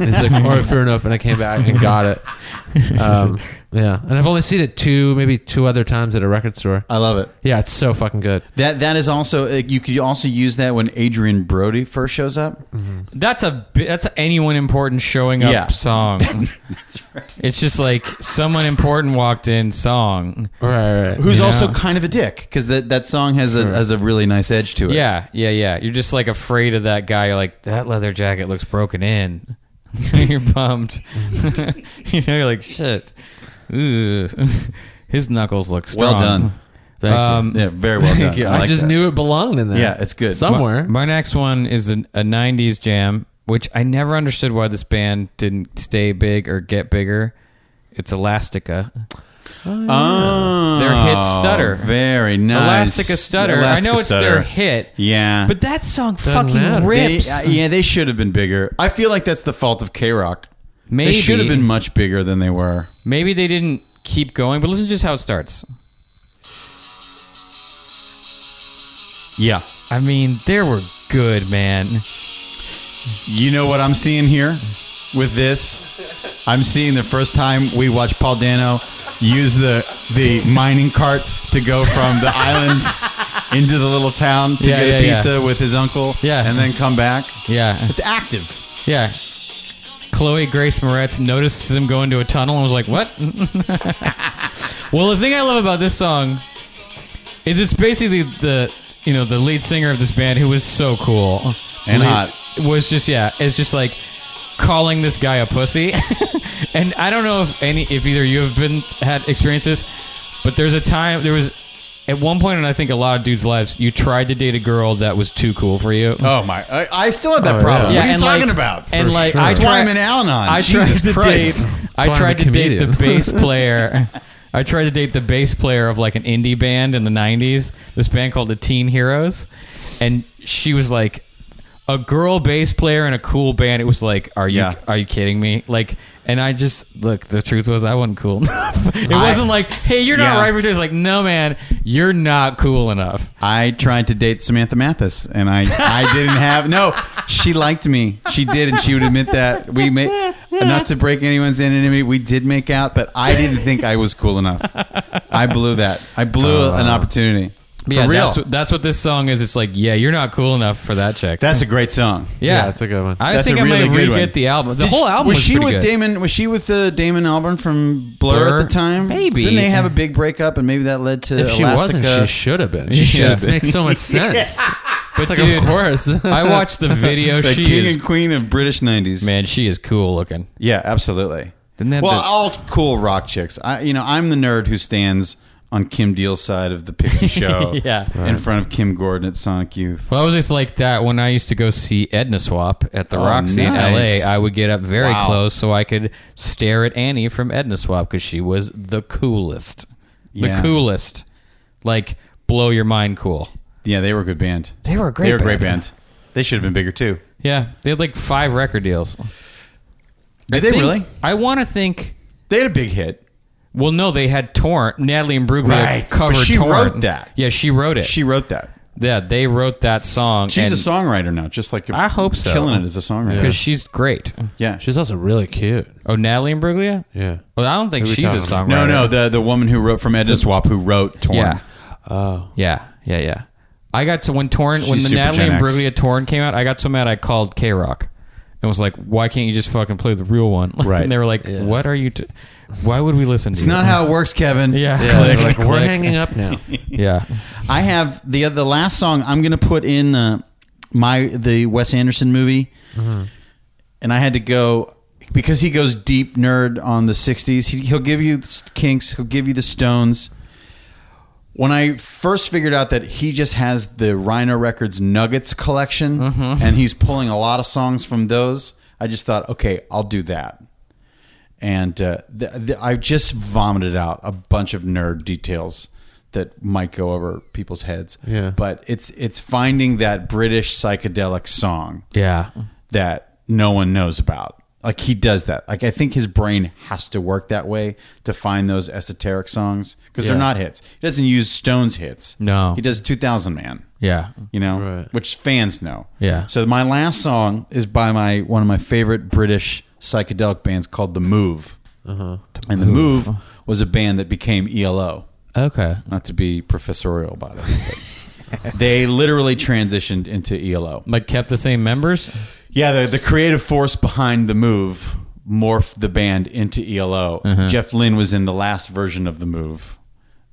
And he's like, all right, fair enough. And I came back and got it. Um, yeah, and I've only seen it two, maybe two other times at a record store. I love it. Yeah, it's so fucking good. That that is also uh, you could also use that when Adrian Brody first shows up. That's a bi- that's anyone important showing up Yeah. song. It's just like someone important walked in song. Right, right. Who's Yeah. also kind of a dick because that, that song has a has a really nice edge to it. Yeah, yeah, yeah. You're just like afraid of that guy. You're like that leather jacket looks broken in. you're bummed. you know, you're like shit. Ooh. His knuckles look strong. Well done. Thank you. Um, Yeah, very well done. I, like just that. knew it belonged in there. Yeah, it's good. somewhere. My next one is an, a 90s jam, which I never understood why this band didn't stay big or get bigger. It's Elastica. Oh, Their hit Stutter. Very nice. Elastica Stutter. I Elastica know it's Stutter. their hit. Yeah. But that song fucking matter. They- rips. uh, yeah, they should have been bigger. I feel like that's the fault of K Rock. Maybe. They should have been much bigger than they were. Maybe they didn't keep going, but listen just how it starts. Yeah. I mean, they were good, man. You know what I'm seeing here with this? I'm seeing the first time we watch Paul Dano use the the mining cart to go from the island into the little town to Yeah, get yeah, a pizza with his uncle Yeah. and then come back. Yeah. It's active. Yeah. Chloe Grace Moretz notices him going to a tunnel and was like, "What?" well, the thing I love about this song is it's basically the you know the lead singer of this band who was so cool And Lead- hot. was just yeah it's just like calling this guy a pussy and I don't know if any if either you have been had experiences but there's a time there was at one point and I think a lot of dudes lives you tried to date a girl that was too cool for you Oh my! I, I still have Oh, that yeah. problem. Yeah, what are you and, like- talking about? And For like, sure. I That's That's why tried, I'm in Al-Anon. I tried Jesus to Christ. date. why I I'm tried a to date the comedian. bass player. I tried to date the bass player of like an indie band in the '90s. This band called the Teen Heroes, and she was like a girl bass player in a cool band. It was like, are you Yeah. are you kidding me? Like, and I just look. The truth was, I wasn't cool enough. It I- wasn't like, hey, you're not Yeah. right for this. Like, no, man, you're not cool enough. I tried to date Samantha Mathis, and I, I didn't have no. She liked me. She did, and she would admit that we made. Not to break anyone's anonymity, we did make out, but I didn't think I was cool enough. I blew that. I blew an opportunity. For Yeah, real. That's, what, that's what this song is. It's like, yeah, you're not cool enough for that chick. That's a great song. Yeah, Yeah, it's a good one. I That's think a I really might good re-get one. the album. The Did- whole album was, she pretty with good. Damon? Was she with the Damon Albarn from Blur, Blur? at the time? Maybe. Didn't they have a big breakup, and maybe that led to If she Elastica? wasn't, she should have been. She She should have should. It makes so much sense. It's But like, dude, of course. I watched the video. the she king is and queen of British nineties. man, she is cool looking. Yeah, absolutely. Didn't that well, the- all cool rock chicks. I, you know, I'm the nerd who stands on Kim Deal's side of the Pixie Show, Yeah. in front of Kim Gordon at Sonic Youth. Well, I was just like that when I used to go see Edna Swap at the Oh, Roxy nice. in LA. I would get up very Wow. close so I could stare at Annie from Edna Swap because she was the coolest, Yeah. the coolest, like blow your mind cool. Yeah, they were a good band. They were a great They were a great band. band. They should have been bigger too. Yeah, they had like five record deals. Did they Think- really? I want to think They had a big hit. Well, no, they had Torrent. Natalie and Brugler Right, covered but she Torrent. wrote that. Yeah, she wrote it. She wrote that. yeah, they wrote that song. She's a songwriter now, just like I hope so. Killing it as a songwriter. because she's great. yeah. She's also really cute. Oh, Natalie and Bruglia. Yeah. Well, I don't think Who we she's a talking songwriter. no, no, the the woman who wrote from Edna Swap who wrote Torn. Yeah. Oh. Yeah. Yeah. Yeah. I got to when Torn when She's the super Natalie Gen and X. Bruglia Torn came out, I got so mad I called K Rock and was like, "Why can't you just fucking play the real one?" Like, Right. And they were like, Yeah. "What are you? T- why would we listen to It's you?" not how it works, Kevin. Yeah. Yeah, they're like Click, we're click. hanging up now. yeah. I have the the last song I'm going to put in uh, my the Wes Anderson movie, and I had to go because he goes deep nerd on the '60s. He, he'll give you the Kinks, he'll give you the Stones. When I first figured out that he just has the Rhino Records Nuggets collection, and he's pulling a lot of songs from those, I just thought, okay, I'll do that. And uh, th- th- I just vomited out a bunch of nerd details that might go over people's heads. Yeah. But it's it's finding that British psychedelic song Yeah. that no one knows about. Like he does that. Like I think his brain has to work that way to find those esoteric songs because Yeah. they're not hits. He doesn't use Stones hits. No. he does 2000 Man Yeah. you know, Right. which fans know. Yeah. So my last song is by my one of my favorite British psychedelic bands called The Move, and The Move was a band that became ELO. Okay. Not to be professorial about it, but they literally transitioned into E ELO. Like kept the same members. Yeah, the, the creative force behind the move morphed the band into ELO. Uh-huh. Jeff Lynne was in the last version of the move,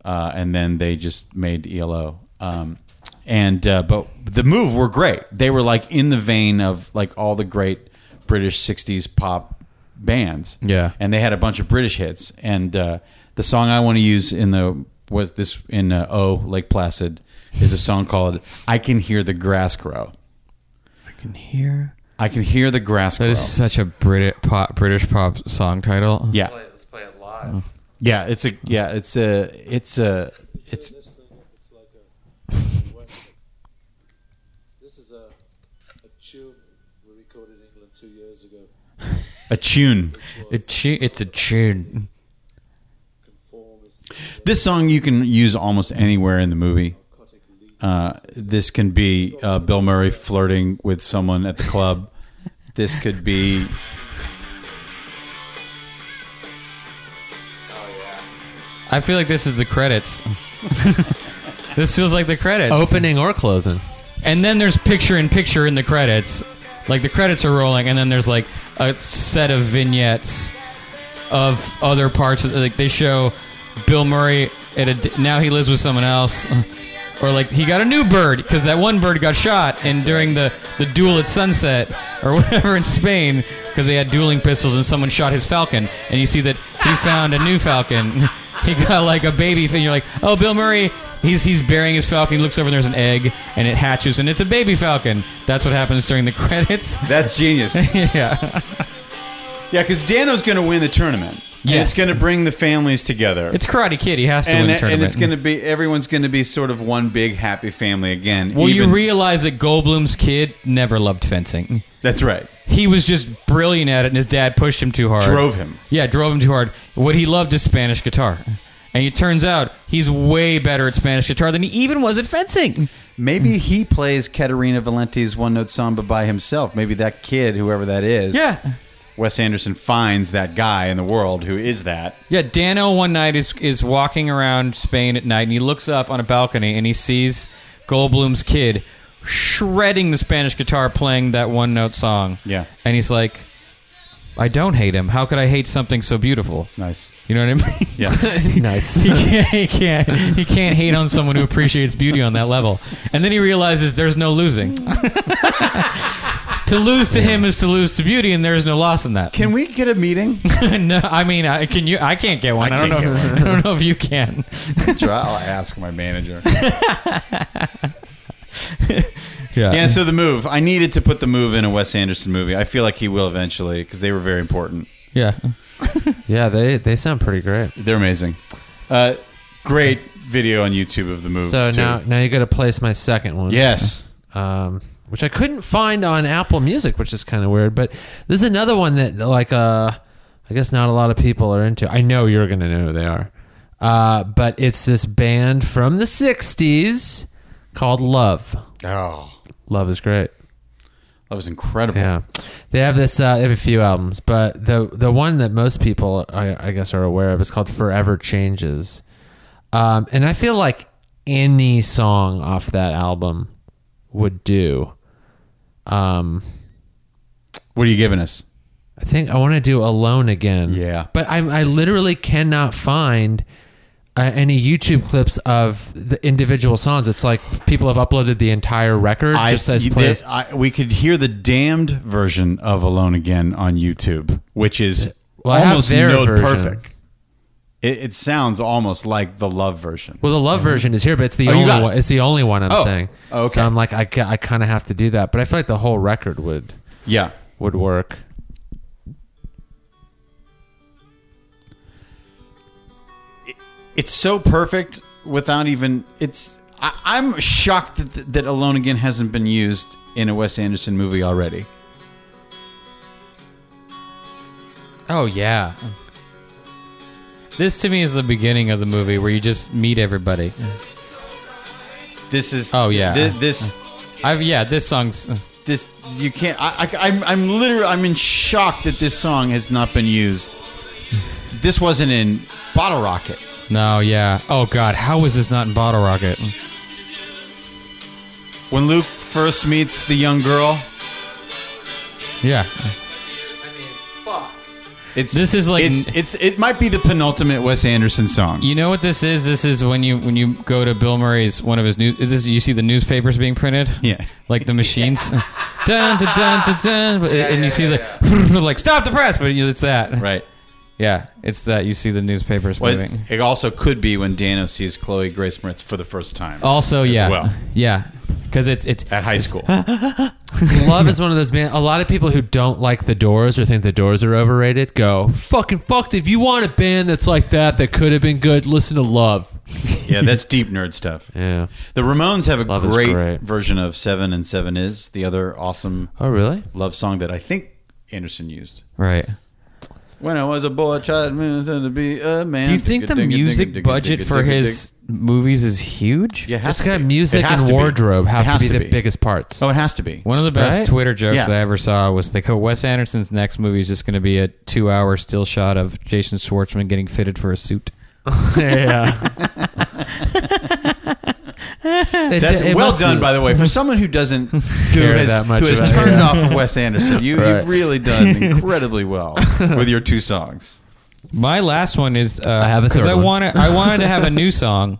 uh, and then they just made ELO. Um, and uh, but the move were great. They were like in the vein of like all the great British '60s pop bands. Yeah. and they had a bunch of British hits. And uh, the song I want to use in the was this in uh, O Lake Placid is a song called "I Can Hear the Grass Grow." I can hear. I can hear the grass That grow. is such a Brit pop, British pop song title. Yeah, Let's play it live. yeah, it's a yeah, it's a it's a it's this thing up, it's like a weapon. This is a, a tune we recorded in England two years ago, a tune. which A was tu- it's a tune. conformist This song you can use almost anywhere in the movie. narcotic lead. Uh, this can be uh, Bill Murray flirting with someone at the club. This could be I feel like this is the credits. this feels like the credits. Opening or closing. And then there's picture in picture in the credits. Like the credits are rolling, and then there's like a set of vignettes of other parts. Of, like they show Bill Murray at a di- now he lives with someone else, or like he got a new bird because that one bird got shot, and during the the duel at sunset or whatever in Spain because they had dueling pistols and someone shot his falcon, and you see that he found a new falcon. He got like a baby, and you're like, oh, Bill Murray. He's, he's burying his falcon. He looks over and there's an egg, and it hatches, and it's a baby falcon. That's what happens during the credits. that's genius. yeah. Yeah, because Dano's going to win the tournament. And Yes. it's going to bring the families together. It's Karate Kid. He has to and, win the and tournament. it's going to be everyone's going to be sort of one big happy family again. well, even- you realize that Goldblum's kid never loved fencing. that's right. He was just brilliant at it, and his dad pushed him too hard. Drove him. Yeah, drove him too hard. What he loved is Spanish guitar. And it turns out he's way better at Spanish guitar than he even was at fencing. Maybe he plays Katerina Valenti's one note samba by himself. Maybe that kid, whoever that is, Yeah. Wes Anderson finds that guy in the world who is that. Yeah, Dano one night is is walking around Spain at night, and he looks up on a balcony and he sees Goldblum's kid shredding the Spanish guitar, playing that one note song. Yeah. and he's like, "I don't hate him. How could I hate something so beautiful?" Nice. You know what I mean? Yeah. nice. he can't he can't he can't hate on someone who appreciates beauty on that level and then he realizes there's no losing to lose to him is to lose to beauty and there's no loss in that Can we get a meeting? no, i mean I, can you i can't get one i, I don't know can't if, i don't know if you can Sure, I'll ask my manager. yeah Yeah, so the move. I needed to put the move in a Wes Anderson movie. I feel like he will eventually because they were very important. yeah Yeah, they they sound pretty great. They're amazing. Uh, great video on YouTube of the move. So too. now now you got to place my second one. yes. um, which I couldn't find on Apple Music, which is kind of weird. But this is another one that, like, uh, I guess not a lot of people are into. I know you're going to know who they are, uh, but it's this band from the '60s called Love. Oh, Love is great. that was incredible. Yeah, they have this. Uh, they have a few albums, but the the one that most people, I, I guess, are aware of is called "Forever Changes," um, and I feel like any song off that album would do. Um, What are you giving us? I think I want to do Alone again. Yeah. But I, I literally cannot find uh, any YouTube clips of the individual songs. It's like people have uploaded the entire record just as you- plays. the- I- we could hear the damned version of Alone Again on YouTube, which is Well, I have almost their note version. perfect. It, it sounds almost like the love version. Well, the love version is here, but it's the Oh, you only got it. one. It's the only one I'm Oh, saying. okay. So I'm like, I, ca- I kind of have to do that, but I feel like the whole record would Yeah. would work. It's so perfect without even. It's. I, I'm shocked that, that Alone Again hasn't been used in a Wes Anderson movie already. Oh yeah. This to me is the beginning of the movie where you just meet everybody. This is. Oh, yeah. thi- this. I've yeah, this song's This. You can't. I, I, I'm. I'm literally. I'm in shock that this song has not been used. This wasn't in Bottle Rocket. no, yeah. Oh god, how was this not in Bottle Rocket? When Luke first meets the young girl, Yeah, it's This is like- it's, it's it might be the penultimate Wes Anderson song. you know what this is? This is when you when you go to Bill Murray's one of his new. Is this you see the newspapers being printed? Yeah. like the machines. dun, dun, dun, dun, dun, but- and you see the like stop the press, but you- it's that. Right. Yeah, it's that you see the newspapers Well, moving. it also could be when Dano sees Chloe Grace Moretz for the first time. Also, yeah, well. yeah, because it's it's At high school, Love is one of those bands. A lot of people who don't like the Doors or think the Doors are overrated go fucking fucked. If you want a band that's like that that could have been good, listen to Love. yeah, that's deep nerd stuff. Yeah. The Ramones have a Love is great, great. version of Seven and Seven Is the other awesome Oh, really? love song that I think Anderson used. right. When I was a boy, I tried to be a man. Do you think the music budget for his movies is huge? Yeah, it has It's to got be. music It has and to be. wardrobe It have has to be the biggest parts. Oh, it has to be. One of the best Right? Twitter jokes Yeah. I ever saw was they go, Wes Anderson's next movie is just going to be a two hour still shot of Jason Schwartzman getting fitted for a suit. yeah. It- That's it well must done, be- by the way, for someone who doesn't who Care has, that much who has about it. turned Yeah. off of Wes Anderson. You Right. you've really done incredibly well with your two songs. My last one is uh, I have a because third I one. wanted I wanted to have a new song,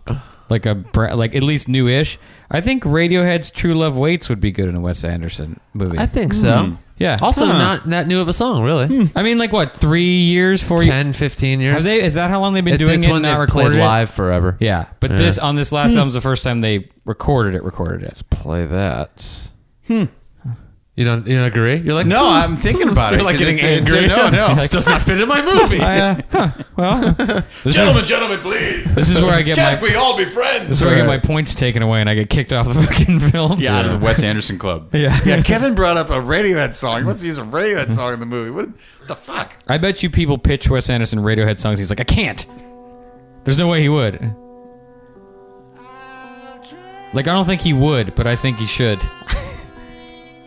like a bra- like at least newish. I think Radiohead's "True Love Waits" would be good in a Wes Anderson movie. I think so. yeah. Also, Hmm. Huh. Hmm. not that new of a song, really. I mean, like what three years, four years? 10, 15 years. Have they? Is that how long they've been It- doing it's it? one and not they've played recorded it? live forever. Yeah, but Yeah. Hmm. this on this last album's the first time they recorded it. Recorded it. Play that. Hmm. You don't you don't agree? You're like No, "Hmm." I'm thinking about it. You're like 'cause getting it's- angry. it's- no, no. this does not fit in my movie. I, uh, huh, well, this is, Gentlemen, gentlemen, please. this is where I get Can't my we all be friends? this is where I get my points taken away, and I get kicked off the fucking film. Yeah, out of the Wes Anderson Club. Yeah. yeah. Kevin brought up a Radiohead song. He wants to use a Radiohead song in the movie. What the fuck? I bet you people pitch Wes Anderson Radiohead songs. He's like, I can't. There's no way he would. Like, I don't think he would, but I think he should.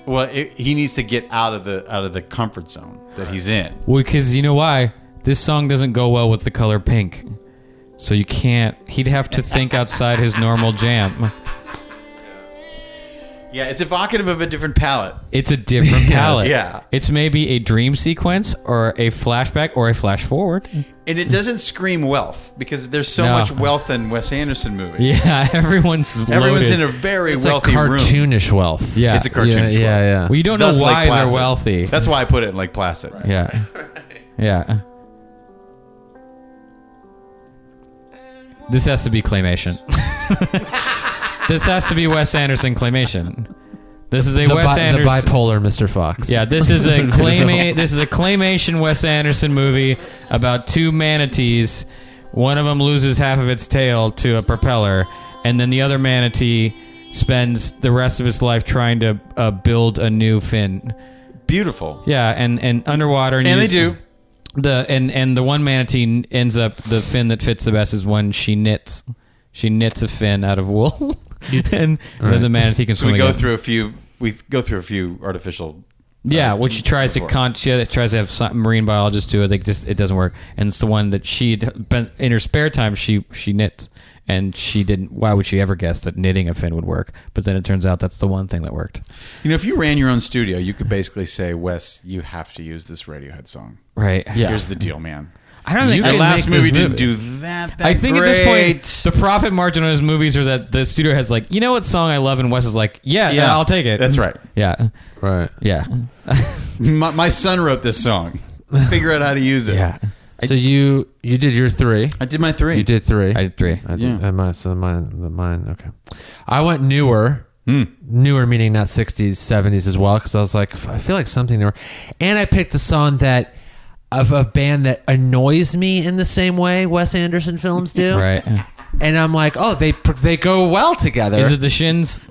Well, it, he needs to get out of the out of the comfort zone that he's in. Well, because you know why? This song doesn't go well with the color pink. So you can't. He'd have to think outside his normal jam. Yeah, it's evocative of a different palette. It's a different palette. Yeah. It's maybe a dream sequence or a flashback or a flash forward. And it doesn't scream wealth because there's so No. much wealth in Wes Anderson movies. Yeah, everyone's loaded. Everyone's in a very it's like wealthy room. cartoonish wealth. Yeah. It's a cartoonish Yeah, yeah, world. yeah. Well, you don't know Thus, Lake why they're Placid. wealthy. That's why I put it in Lake Placid. Yeah. Yeah. This has to be claymation. this has to be Wes Anderson claymation. This is a the, Wes bi- the Anderson. bipolar Mr. Fox. yeah, this is a clayma- This is a claymation Wes Anderson movie about two manatees. One of them loses half of its tail to a propeller, and then the other manatee spends the rest of its life trying to uh, build a new fin. Beautiful. Yeah, and and underwater, and, And you they just- do. the and and the one manatee n- ends up the fin that fits the best is one she knits. She knits a fin out of wool, and then the manatee can So swim. we go again. through a few. We go through a few artificial Yeah, which tries to con- she that tries to have sci- marine biologist do it. Like this, it doesn't work. And it's the one that she been in her spare time. She she knits, and she didn't. Why would she ever guess that knitting a fin would work? But then it turns out that's the one thing that worked. You know, if you ran your own studio, you could basically say, Wes, you have to use this Radiohead song. Right. Yeah. Here's the deal, man. I don't think Your I last make this movie didn't do that. that I think at great. this point, the profit margin on his movies are that the studio head's like, you know what song I love, and Wes is like, yeah, yeah, Yeah. I'll take it. That's right. Yeah, Right. yeah, my, my son wrote this song. Figure out how to use it. yeah. So you you did your three. I did my three. You did three. I did three. I did. Yeah. I mine, so mine, the- mine. Okay. I went newer. Hmm. Newer meaning not 60s, 70s as well, because I was like, "F- I feel like something newer. And I picked a song that of a band that annoys me in the same way Wes Anderson films do. Right. And I'm like, oh, they pr- they go well together. Is it the Shins?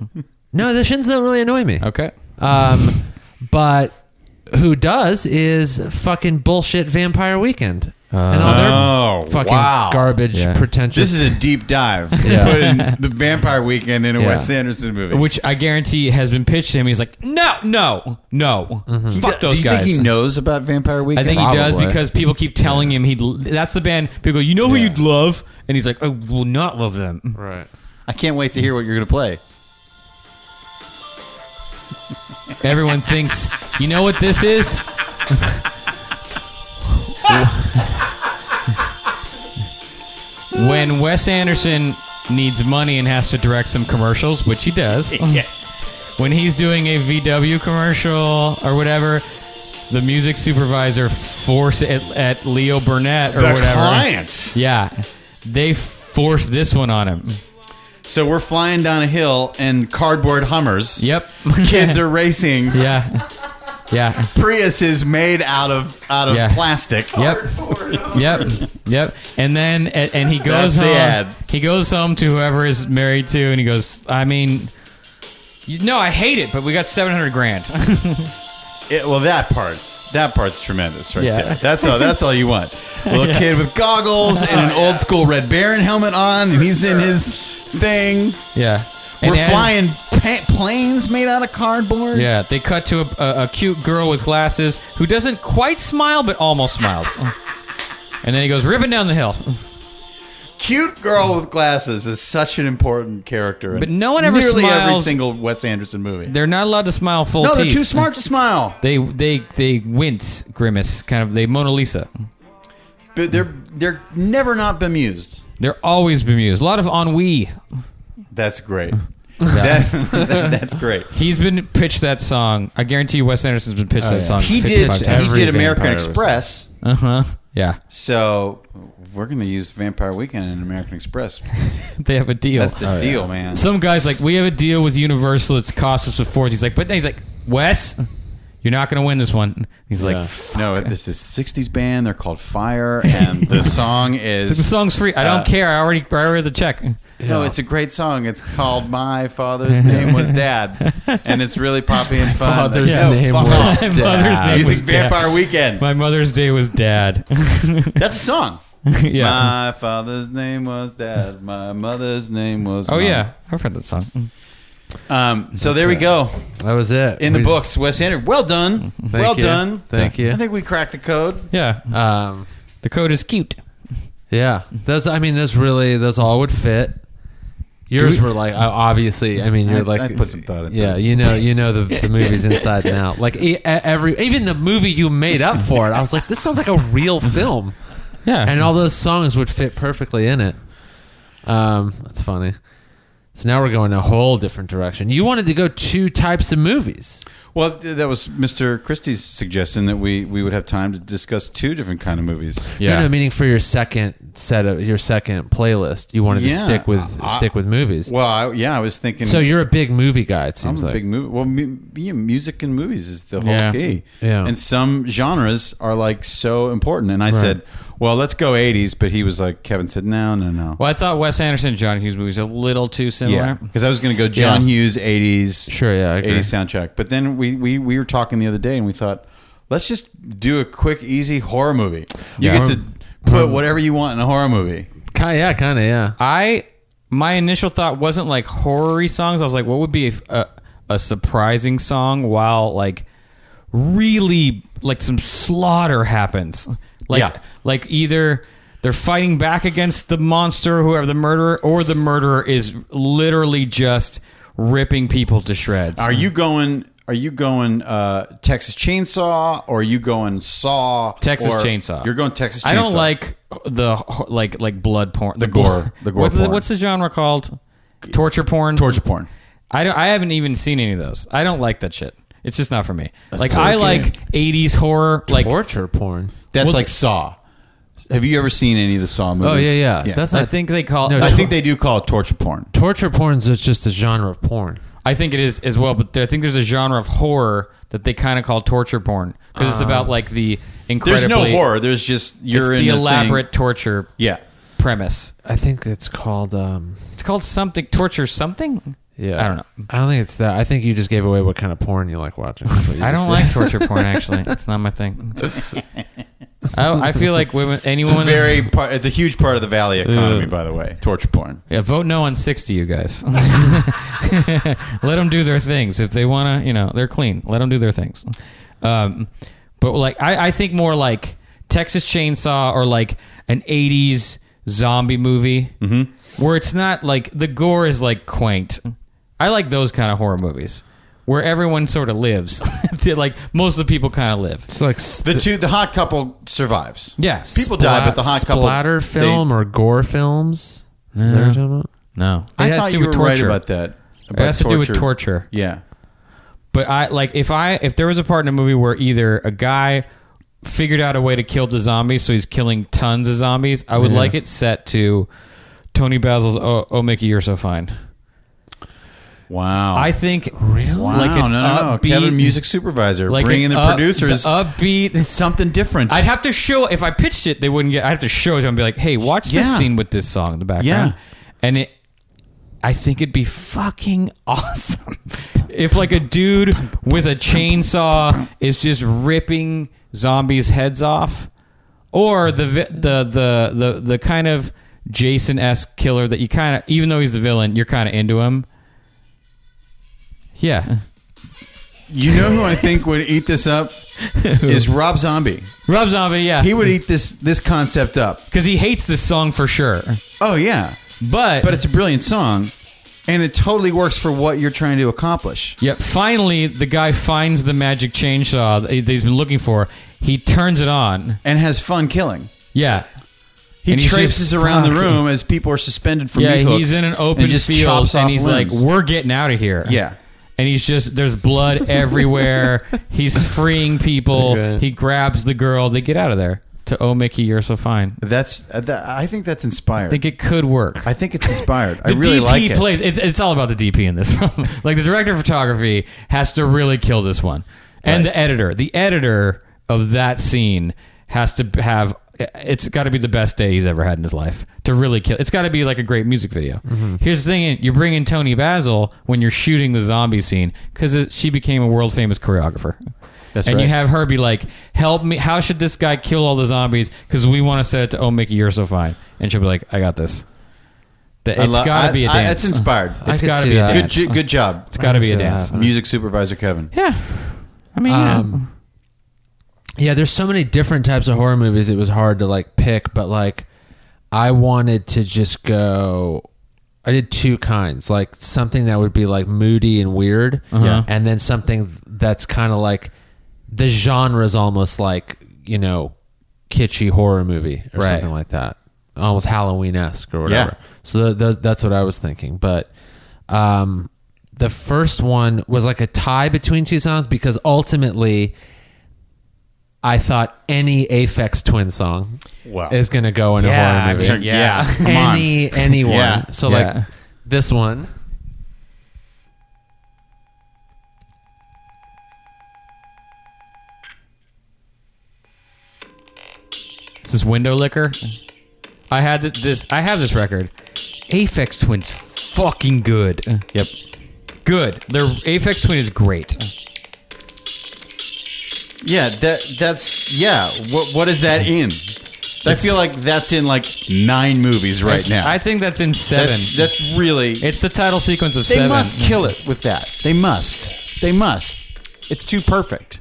no, the Shins don't really annoy me. Okay. Um, but who does is fucking bullshit Vampire Weekend and all their Oh, fucking wow. garbage Yeah. pretentious. This is a deep dive. Yeah. Put in the Vampire Weekend in a Yeah. Wes Anderson movie. Which I guarantee has been pitched to him. He's like, no, no, no. Mm-hmm. He Fuck do- those do you guys. think he knows about Vampire Weekend? I think he does Probably. because people keep telling him he'd. l- That's the band. People go, you know who you'd love, and he's like, I will not love them. right. I can't wait to hear what you're going to play. Everyone thinks, you know what this is? when Wes Anderson needs money and has to direct some commercials, which he does. When he's doing a VW commercial or whatever, the music supervisor force at, at Leo Burnett or The whatever. clients. Yeah, they force this one on him. So we're flying down a hill and cardboard Hummers. Yep. Kids are racing. yeah. Yeah. Priuses made out of out of Yeah. plastic. Yep. Yep. Yep. And then and, and he goes That's the home. ad. He goes home to whoever is married to, and he goes. I mean, you, no, I hate it, but we got seven hundred grand. It- well, that part's that part's tremendous, right Yeah. there. That's all. That's all you want. A little kid with goggles and Oh, an old school Red Baron helmet on, and he's in his thing. yeah. We're And then- flying pa- planes made out of cardboard. Yeah, they cut to a, a, a cute girl with glasses who doesn't quite smile, but almost smiles. and then he goes ripping down the hill. Cute girl with glasses is such an important character. in But no one ever nearly every smiles. single Wes Anderson movie. They're not allowed to smile full no, they're teeth. too smart to smile. They they they wince, grimace, kind of. They Mona Lisa. But they're they're never not bemused. They're always bemused. A lot of ennui. That's great. That- that's great. He's been pitched that song. I guarantee you, Wes Anderson's been pitched that song. He 55 did. He times. did American Vampire Express. Uh huh. Yeah, So we're gonna use Vampire Weekend and American Express. they have a deal. That's the deal, man. oh, Some guys like we have a deal with Universal. It's cost us a fortune. He's like, but he's like, Wes, you're not going to win this one. He's like, no, this is '60s band. They're called Fire, and the song the is song's free. I Uh, don't care. I already I already read the check. No, it's a great song. It's called "My Father's Name Was Dad," and it's really poppy and fun. father's Like, no, name fuck was off. My mother's name was Using Dad. Vampire Weekend. My Mother's Day was Dad. That's a song. yeah. My father's name was Dad. My mother's name was. oh Mom. yeah, I've heard that song. Um, so there we go. That was it. In the We- books, Wes Anderson. Well done. well you. done. Thank you. I think we cracked the code. Yeah, Um, the code is cute. yeah, those. I mean, those really, those all would fit. Yours were like uh, obviously. I mean, you're I- like I put some thought into Yeah, it. you know, you know the, the movies inside and out. Like e- e- every, even the movie you made up for it. I was like, this sounds like a real film, Yeah, and all those songs would fit perfectly in it. Um, that's funny. So now we're going a whole different direction. You wanted to go two types of movies. Well, th- that was Mr. Christie's suggestion that we, we would have time to discuss two different kind of movies. No, no, meaning for your second set of your second playlist, you wanted to Yeah. stick with I- stick with movies. Well, I, yeah, I was thinking. so you're a big movie guy. It I'm seems a like big movie. Well, mu- yeah, music and movies is the whole Yeah. key. Yeah. And some genres are like so important. And I said, well, let's go 80s. But he was like, Kevin said, no, no, no. Well, I thought Wes Anderson and John Hughes movies are a little too Yeah, similar. because I was going to go John Yeah. Hughes '80s, Sure, yeah, I agree. '80s soundtrack. But then we, we we were talking the other day, and we thought, let's just do a quick, easy horror movie. You Yeah. get to put whatever you want in a horror movie. Ki- yeah, kind of yeah. I my initial thought wasn't like horror songs. I was like, what would be a, a, a surprising song while like really like some slaughter happens. Like Yeah. like either they're fighting back against the monster, whoever the murderer, or the murderer is literally just ripping people to shreds. Are you going? Are you going uh, Texas Chainsaw or are you going Saw? Texas or- Chainsaw. You're going Texas. Chainsaw. I don't like the ho- like like blood porn, the, gore- the gore What- porn. What's the genre called? Torture porn. torture porn. I don't. I haven't even seen any of those. I don't like that shit. It's just not for me. like I okay. like '80s horror. Like Torture porn. That's Well, like Saw. Have you ever seen any of the Saw movies? Oh yeah, yeah. That's not, I think they call. No, I I, think they do call it torture porn. torture porn is just a genre of porn. I think it is as well. But there- I think there's a genre of horror that they kind of call torture porn because it's about like the There's incredibly. no horror. There's just you're It's in the a thing. elaborate torture Yeah. premise. I think it's called. Um, It's called something torture something. yeah, I don't know. I don't think it's that. I think you just gave away what kind of porn you like watching. That's what you I just don't like torture porn. Actually, it's not my thing. I, I feel like women, It's a anyone that's- very. Part, it's a huge part of the Valley economy, by the way. Torture porn. Yeah, vote no on 60, you guys. Let them do their things. If they want to, you know, they're clean. Let them do their things. Um, but like, I, I think more like Texas Chainsaw or like an 80s zombie movie Mm-hmm. where it's not like the gore is like quaint. I like those kind of horror movies where everyone sort of lives. They're, like, most of the people kind of live. It's like s- The two, the hot couple survives. Yeah. people die, but the hot couple splatter film They, or gore films. Is that what you're talking about? No. It I has thought to do you were with right torture. about that. it has to do with torture. Yeah. But I like if I if there was a part in a movie where either a guy figured out a way to kill the zombies, so he's killing tons of zombies, I would like it set to Tony Basil's "Oh, oh Mickey, you're so fine." Wow. I think really wow. like no, an no, no. upbeat, Kevin, music supervisor, like bringing an the up- producers. the upbeat. it's something different. I'd have to show if I pitched it, they wouldn't get. I would have to show it to them and be like, "Hey, watch this Yeah. scene with this song in the background," and it. I think it'd be fucking awesome if like a dude with a chainsaw is just ripping zombies' heads off, or the vi- the the the the kind of Jason esque killer that you kind of even though he's the villain, you're kind of into him. Yeah, you know who I think would eat this up is Rob Zombie. Rob Zombie. Yeah, He would eat this this concept up. because he hates this song for sure, Oh yeah, but but it's a brilliant song, and it totally works for what you're trying to accomplish. Yep. Finally, the guy finds the magic chainsaw that he's been looking for. He turns it on. And has fun killing. Yeah. He And he's traipses just around the fucking- room as people are suspended from yeah. meat hooks He's in an open and just field chops and off he's limbs. like, "We're getting out of here." Yeah. And he's just there's blood everywhere. he's freeing people. Okay. He grabs the girl. They get out of there. To oh Mickey, you're so fine. That's. uh, that- I think that's inspired. I think it could work. I think it's inspired. I the really DP like it. plays. It's, it's all about the DP in this film. like the director of photography has to really kill this one, and the editor. The editor of that scene has to have. It's got to be the best day he's ever had in his life to really kill. It's got to be like a great music video. Mm-hmm. Here's the thing: you bring in Tony Basil when you're shooting the zombie scene because she became a world famous choreographer. That's and you right. have her be like, "Help me! How should this guy kill all the zombies? Because we want to set it to Oh Mickey, you're so fine." And she'll be like, "I got this." The- I It's lo- got I- to be a I- dance. It's inspired. I it's could got to see be a that. good, dance. ju- good job, uh, it's got to be a Yeah. dance. music supervisor Kevin. Yeah. I mean, Um, yeah, there's so many different types of horror movies. It was hard to like pick, but like I wanted to just go. I did two kinds, like something that would be like moody and weird, Uh-huh. Yeah. and then something that's kind of like the genre's almost like you know kitschy horror movie or Right. something like that, almost Halloween esque or whatever. Yeah. So th- th- that's what I was thinking, but um, the first one was like a tie between two songs because ultimately I thought any Aphex Twin song Wow. is going to go in Yeah, a horror movie. I mean, Yeah. yeah. come on. any anyone. Yeah. So Yeah. like this one. Is this window liquor? I had th- this. I have this record. Aphex Twin's fucking good. Yep. Good. Their Aphex Twin is great. Yeah, that that's yeah. What what is that in? I feel like that's in like nine movies right now. I think that's in seven. that's, that's really it's the title sequence of they seven. must kill it with that. They must. They must. It's too perfect.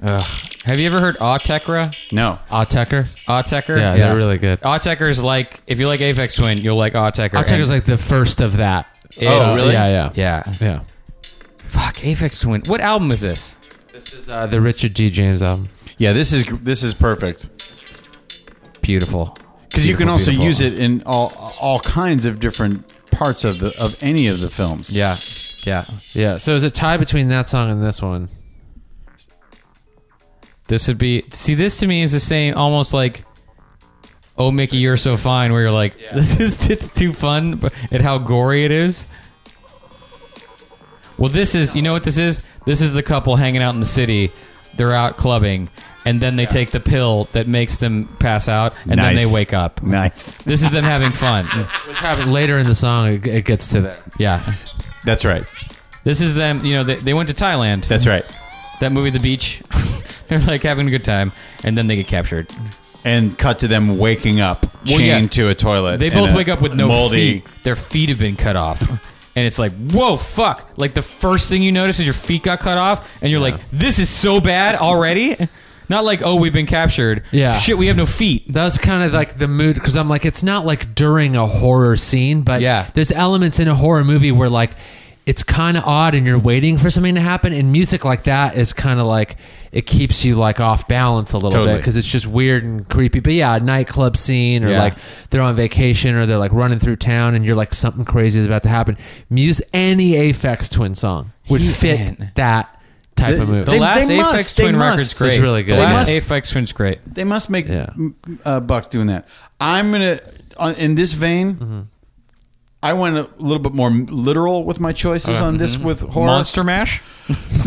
Have you ever heard Autekra? No. Autecker. Autecker? Yeah, they're really good. Autekker's like, if you like Apex Twin, you'll like Autecker. Autecker's like the first of that. It's- Oh, really? Yeah, yeah, Yeah. yeah. Fuck, Apex Twin. What album is this? This is uh, the Richard G. James album. Yeah, this is this is perfect. Beautiful. Because you can Beautiful, also beautiful. use it in all all kinds of different parts of the of any of the films. Yeah. Yeah. Yeah. So is a tie between that song and this one. This would be see. This to me is the same, almost like, "Oh Mickey, you're so fine." Where you're like, "This is it's too fun," but at how gory it is. Well, this is you know what this is. This is the couple hanging out in the city. They're out clubbing, and then they take the pill that makes them pass out, and then Nice. they wake up. Nice. This is them having fun. Which happened later in the song. It, it gets to that. yeah, That's right. this is them. You know, they, they went to Thailand. That's right. that movie, The Beach. They're like having a good time, and then they get captured. And cut to them waking up, Well, chained yeah. to a toilet. They in both a wake up with no moldy. feet. Their feet have been cut off. And it's like, whoa, fuck. Like the first thing you notice is your feet got cut off, and you're like, this is so bad already? Not like, oh, we've been captured. Yeah. Shit, we have no feet. That was kind of like the mood because I'm like, it's not like during a horror scene, but Yeah. there's elements in a horror movie where like it's kind of odd and you're waiting for something to happen. And music like that is kind of like it keeps you like off balance a little bit Totally. because it's just weird and creepy. But yeah, a nightclub scene or Yeah. like they're on vacation or they're like running through town and you're like something crazy is about to happen. Muse any Aphex Twin song would He- fit man. that type of movie. The They- last they Aphex must, they Twin must. record's It's great. really good. The They last must. Aphex Twin's great. They must make Yeah. a buck doing that. I'm gonna on, in this vein. Mm-hmm. I went a little bit more literal with my choices on this with Mm-hmm. horror Monster Mash?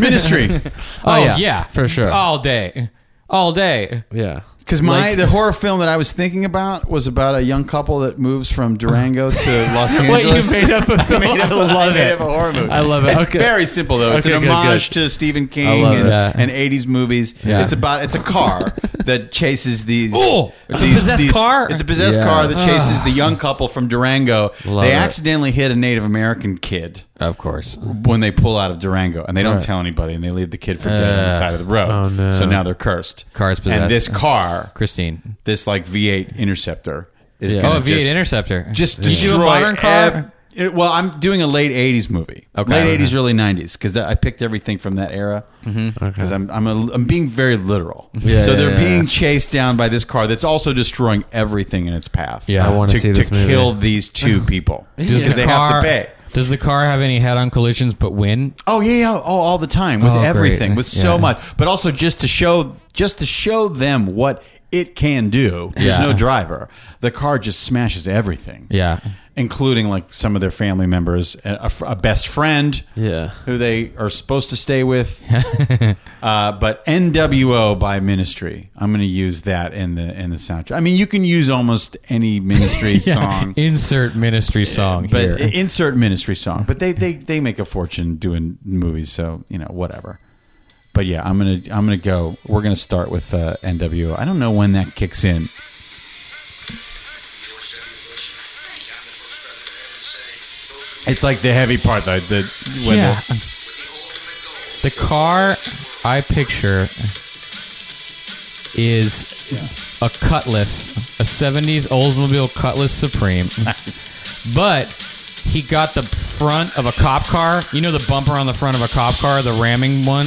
Ministry Oh, yeah, yeah. for sure. All day. All day. yeah. because my the horror film that I was thinking about was about a young couple that moves from Durango to Los Angeles. up a film. made up- I made up a horror movie. I love it. It's Okay. very simple though. It's Okay, an good, homage good. to Stephen King love and, it. Yeah. and 80s movies. It's about it's a car that chases these. Ooh, it's a these- possessed these- car? It's a possessed Yeah. car that chases the young couple from Durango. Love they it. accidentally hit a Native American kid Of course. when they pull out of Durango, and they don't Right. tell anybody, and they leave the kid for dead on the side of the road. Oh, no. So now they're cursed. Car's And possessed. this car, Christine. this like V8 Interceptor, is Yeah. gonna Oh, a V8 just- Interceptor. just Did you do destroy a modern car? ev- it- well, I'm doing a late '80s movie, Okay. Mm-hmm. late '80s, early '90s, because I picked everything from that era. Because I'm I'm, a, I'm being very literal. so yeah, they're yeah, being chased down by this car that's also destroying everything in its path. Yeah. I wanna to see this to movie. kill these two people because the they car- have to pay. Does the car have any head-on collisions but win? Oh yeah, yeah, oh, all the time with Oh, great. everything, with so Yeah. much, but also just to show, just to show them what it can do. There's Yeah. no driver. The car just smashes everything. Yeah. including like some of their family members, a, a fr- a best friend, Yeah. who they are supposed to stay with. uh, but NWO by Ministry, I'm going to use that in the in the soundtrack. I mean, you can use almost any Ministry song, Insert ministry song but here. insert Ministry song. But they they they make a fortune doing movies, so you know whatever. But yeah, I'm gonna I'm gonna go. We're gonna start with uh, NWO. I don't know when that kicks in. It's like the heavy part though. The when yeah. the- The car I picture is a Cutlass, a 70s Oldsmobile Cutlass Supreme. But he got the front of a cop car. You know the bumper on the front of a cop car, the ramming one,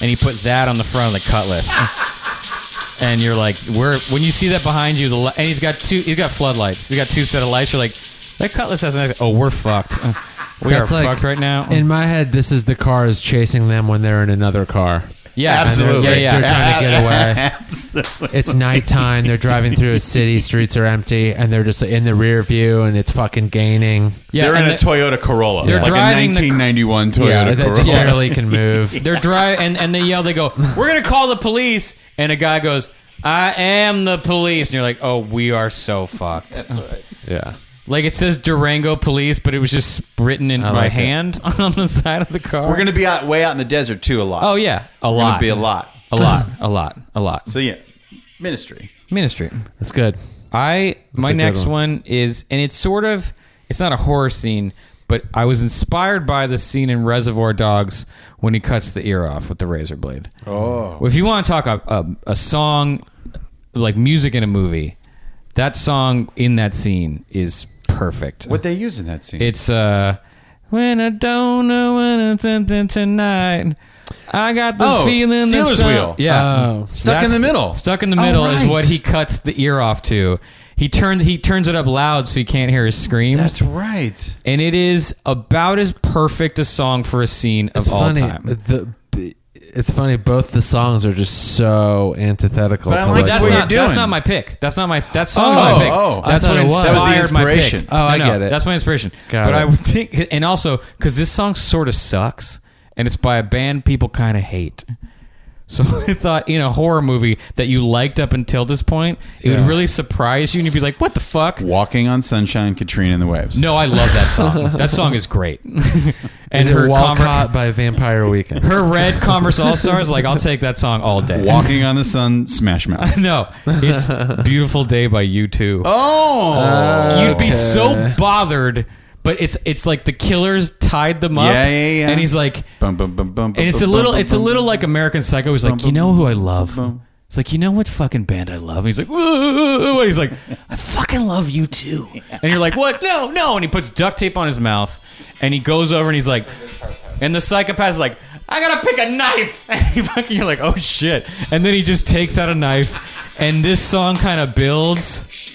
and he put that on the front of the Cutlass. and you're like, we're when you see that behind you, the li- and he's got two, he's got floodlights. He's got two set of lights. You're like, that Cutlass has an. Oh, we're fucked. We That's are like- fucked right now. In my head, this is the car is chasing them when they're in another car. yeah, And they're- Absolutely. They're, Yeah, yeah. they're trying to get away. It's nighttime. They're driving through a city. Streets are empty, and they're just in the rear view, and it's fucking gaining. Yeah, they're in and a the- Toyota Corolla, They're like driving a the- 1991 Toyota Yeah, that Corolla. just barely can move. They're driving, and, and they yell, they go, We're going to call the police. And a guy goes, I am the police. And you're like, Oh, we are so fucked. Yeah, Like it says Durango Police, but it was just written in by like it. hand on the side of the car. We're gonna be out way out in the desert too a lot. Oh, yeah. A We're gonna lot. be a lot. A lot. A lot. A lot. So yeah, Ministry. Ministry. that's good. I, my a good next one. one is, and it's sort of, it's not a horror scene, but I was inspired by the scene in Reservoir Dogs when he cuts the ear off with the razor blade. Oh. If you want to talk a, a, a song, like music in a movie, that song in that scene is perfect. What they use in that scene? It's uh when I don't know when it's ending tonight. I got the Oh, feeling that Steelers some- wheel. Yeah. Oh. Stuck in the middle. Stuck in the Oh, middle is right. what he cuts the ear off to. He turned he turns it up loud so you can't hear his screams. That's right. and it is about as perfect a song for a scene of It's all funny. time. The it's funny. Both the songs are just so antithetical. But I to like like that's what not you're that's doing. not my pick. That's not my that song Oh, my pick. oh, I that's thought what it was. inspired That was the inspiration. my pick. Oh, I No, no, get it. That's my inspiration. Got but it. I would think, and also because this song sort of sucks, and it's by a band people kind of hate. So I thought in a horror movie that you liked up until this point, it Yeah. would really surprise you, and you'd be like, "What the fuck?" Walking on sunshine, Katrina and the Waves. No, I love that song. that song is great. and Is it Walcott conver- by Vampire Weekend? her red Converse All Stars, like I'll take that song all day. Walking on the sun, Smash Mouth. no, it's "Beautiful Day" by you 2 Oh, You'd be so bothered, but it's it's like the killers tied them up, Yeah, yeah, yeah. and he's like, Bum, bum, bum, bum, and it's a bum, little, bum, it's a bum, little bum. like American Psycho. He's Bum, like, bum, you know who I bum, love? bum. It's like, you know what fucking band I love? And he's like, "Woo." and he's like, I fucking love you too. And you're like, what? No, no. And he puts duct tape on his mouth, and he goes over and he's like, and the psychopath is like, I gotta pick a knife. And he fucking, you're like, oh shit. And then he just takes out a knife, and this song kind of builds.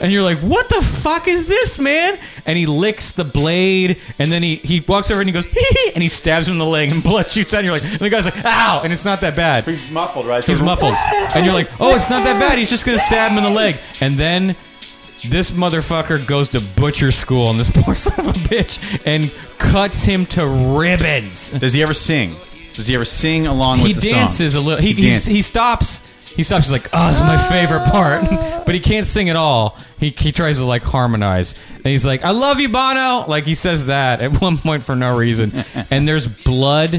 And you're like, what the fuck is this, man? And he licks the blade, and then he, he walks over and he goes, "Hee hee," and he stabs him in the leg, and blood shoots out. And you're like, and the guy's like, ow, and it's not that bad. He's muffled, right? He's muffled. And you're like, oh, it's not that bad. He's just going to stab him in the leg. And then this motherfucker goes to butcher school, and this poor son of a bitch, and cuts him to ribbons. Does he ever sing? Does he ever sing along He with the dances song? a little. He, He he, dances. he stops. He stops. He's like, oh, this is my favorite part. but he can't sing at all. He, he tries to like harmonize. And he's like, I love you, Bono. Like he says that at one point for no reason. and there's blood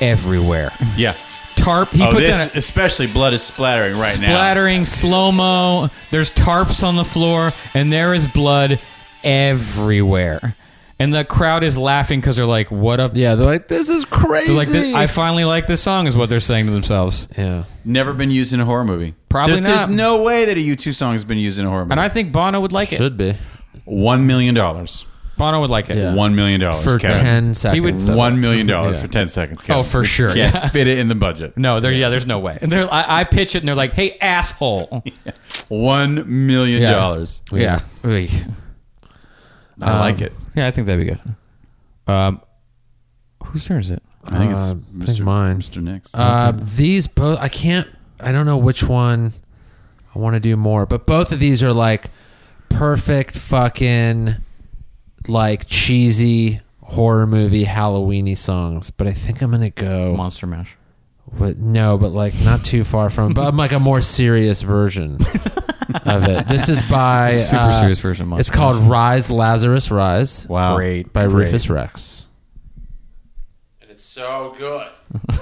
everywhere. Yeah. Tarp. He Oh, put this, down a, especially blood is splattering right now. splattering slow mo. There's tarps on the floor, and there is blood everywhere. And the crowd is laughing because they're like, "What up?" yeah, they're like, this is crazy. They're like, "Th- "I finally like this song," is what they're saying to themselves. yeah. Never been used in a horror movie. Probably there's, not. There's no way that a U2 song has been used in a horror movie. And I think Bono would like it. Should be One million dollars. Bono would like it. Yeah. One million dollars for Kevin. ten seconds. would- of it. One million dollars Yeah. for ten seconds. Kevin. Oh, for sure. Can't Yeah. fit it in the budget. No, there. Yeah, there's no way. And they're, I, I pitch it, and they're like, "Hey, asshole." One million dollars. Um, Yeah. Oy. I like it. Yeah, I think that'd be good. Um, whose turn is it? I think it's Uh, I Mr. think mine. Mr. Nix. Uh, these both, I can't. I don't know which one I want to do more, but both of these are like perfect fucking like cheesy horror movie Halloweeny songs. But I think I'm gonna go. Monster Mash. But no, but like not too far from. But I'm like a more serious version of it. This is by Super uh, serious version of Monster It's called Rise Lazarus Rise. wow. Great. by great. Rufus Rex. And it's so good.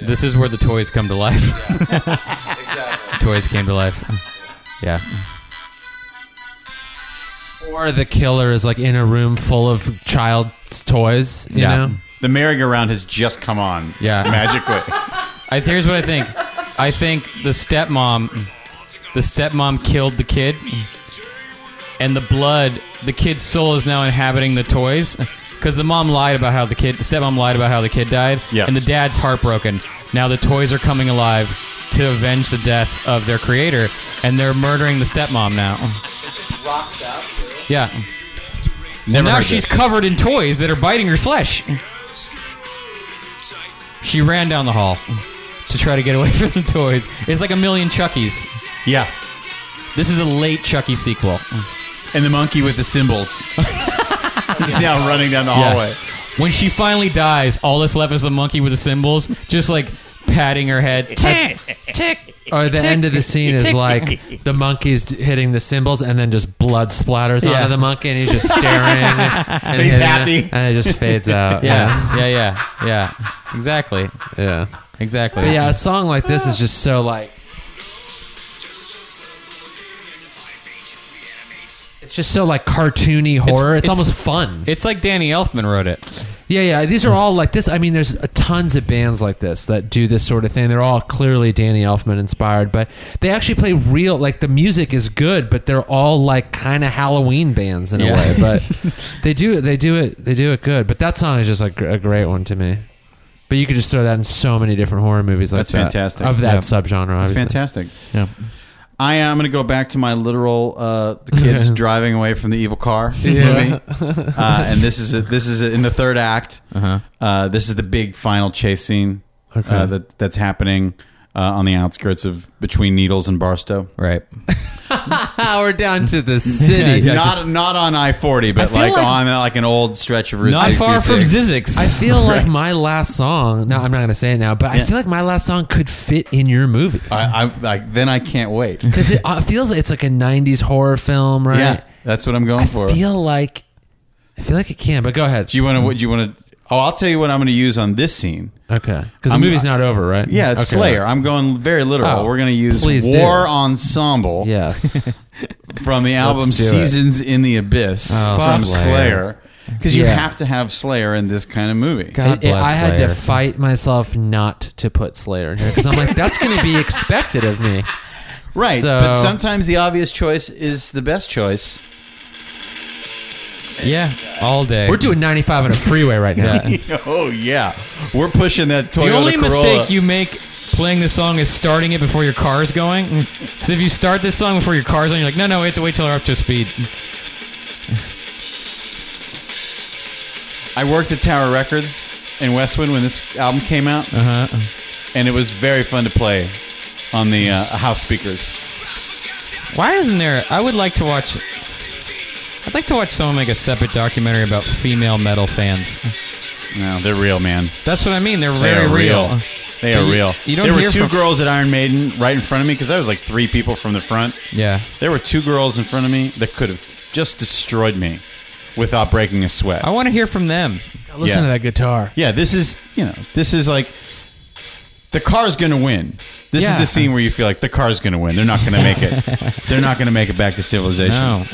This is where the toys come to life. toys came to life. Yeah. Or the killer is like in a room full of child's toys. You Yeah. know? The merry-go-round has just come on. Yeah. Magically. I, here's what I think. I think the stepmom, the stepmom killed the kid, and the blood, the kid's soul is now inhabiting the toys, because the mom lied about how the kid, the stepmom lied about how the kid died, Yeah. and the dad's heartbroken. Now the toys are coming alive to avenge the death of their creator, and they're murdering the stepmom now. Yeah. Never now heard she's this. covered in toys that are biting her flesh. She ran down the hall to try to get away from the toys. It's like a million Chuckies. Yeah. This is a late Chucky sequel. And the monkey with the cymbals. He's now running down the hallway. When she finally dies, all that's left is the monkey with the cymbals, just like patting her head. Tick, tick, or the end of the scene is like the monkeys d- hitting the cymbals and then just blood splatters Yeah. onto the monkey and he's just staring. and He's hitting it, happy. and it just fades out. Yeah, yeah, yeah, yeah. Exactly, yeah. exactly. But yeah, a song like this is just so like. It's just so like cartoony horror. It's, it's- almost fun. it's like Danny Elfman wrote it. Yeah, yeah. These are all like this. I mean, there's a tons of bands like this that do this sort of thing. They're all clearly Danny Elfman inspired, but they actually play real. Like the music is good, but they're all like kind of Halloween bands in a Yeah. way. But they do, they do it, they do it good. But that song is just like a great one to me. But you could just throw that in so many different horror movies. Like That's that, fantastic. of that Yeah. subgenre. It's obviously. fantastic. Yeah. I am going to go back to my literal uh, the kids driving away from the evil car Yeah. movie, uh, and this is it this is it in the third act. Uh-huh. Uh, this is the big final chase scene Okay. uh, that that's happening uh, on the outskirts of between Needles and Barstow. Right. Ah, we're down to the city. Yeah, not just- not on I forty, but I feel like, like- on like an old stretch of Route Not far from 66. Zizix. I feel like my last song. No, I'm not going to say it now. But I feel like my last song could fit in your movie. I, I like then I can't wait. because it uh, feels like it's like a '90s horror film, right? Yeah, that's what I'm going for. I feel like I feel like it can, but go ahead. do you want to? Do you want to? Oh, I'll tell you what I'm going to use on this scene. okay, because the I'm- movie's not over, right? Yeah, it's Okay. Slayer. I'm going very literal. Oh, We're going to use please do. War Ensemble Yes. from the album do it. Seasons in the Abyss Oh, from Slayer. Slayer. Because you Yeah. have to have Slayer in this kind of movie. God It- it- bless I had Slayer. to fight myself not to put Slayer in here because I'm like, that's going to be expected of me. Right, So- but sometimes the obvious choice is the best choice. Yeah, all day. We're doing 95 on a freeway right now. Yeah. oh yeah, we're pushing that Toyota Oh, the only Corolla. mistake you make playing this song is starting it before your car's going. So if you start this song before your car's on, you're like, no, no, we have to wait till they're up to speed. I worked at Tower Records in Westwood when this album came out, Uh huh. and it was very fun to play on the uh, house speakers. Why isn't there? I would like to watch. I'd like to watch someone make a separate documentary about female metal fans. No, they're real, man. That's what I mean. They're They very are real. They But are you- real. you don't there were hear two from- girls at Iron Maiden right in front of me because I was like three people from the front. Yeah. There were two girls in front of me that could have just destroyed me without breaking a sweat. I want to hear from them. Listen Yeah. to that guitar. Yeah, this is you know this is like the car's gonna win. This Yeah. is the scene where you feel like the car's gonna win. They're not gonna make it. They're not gonna make it back to civilization. No.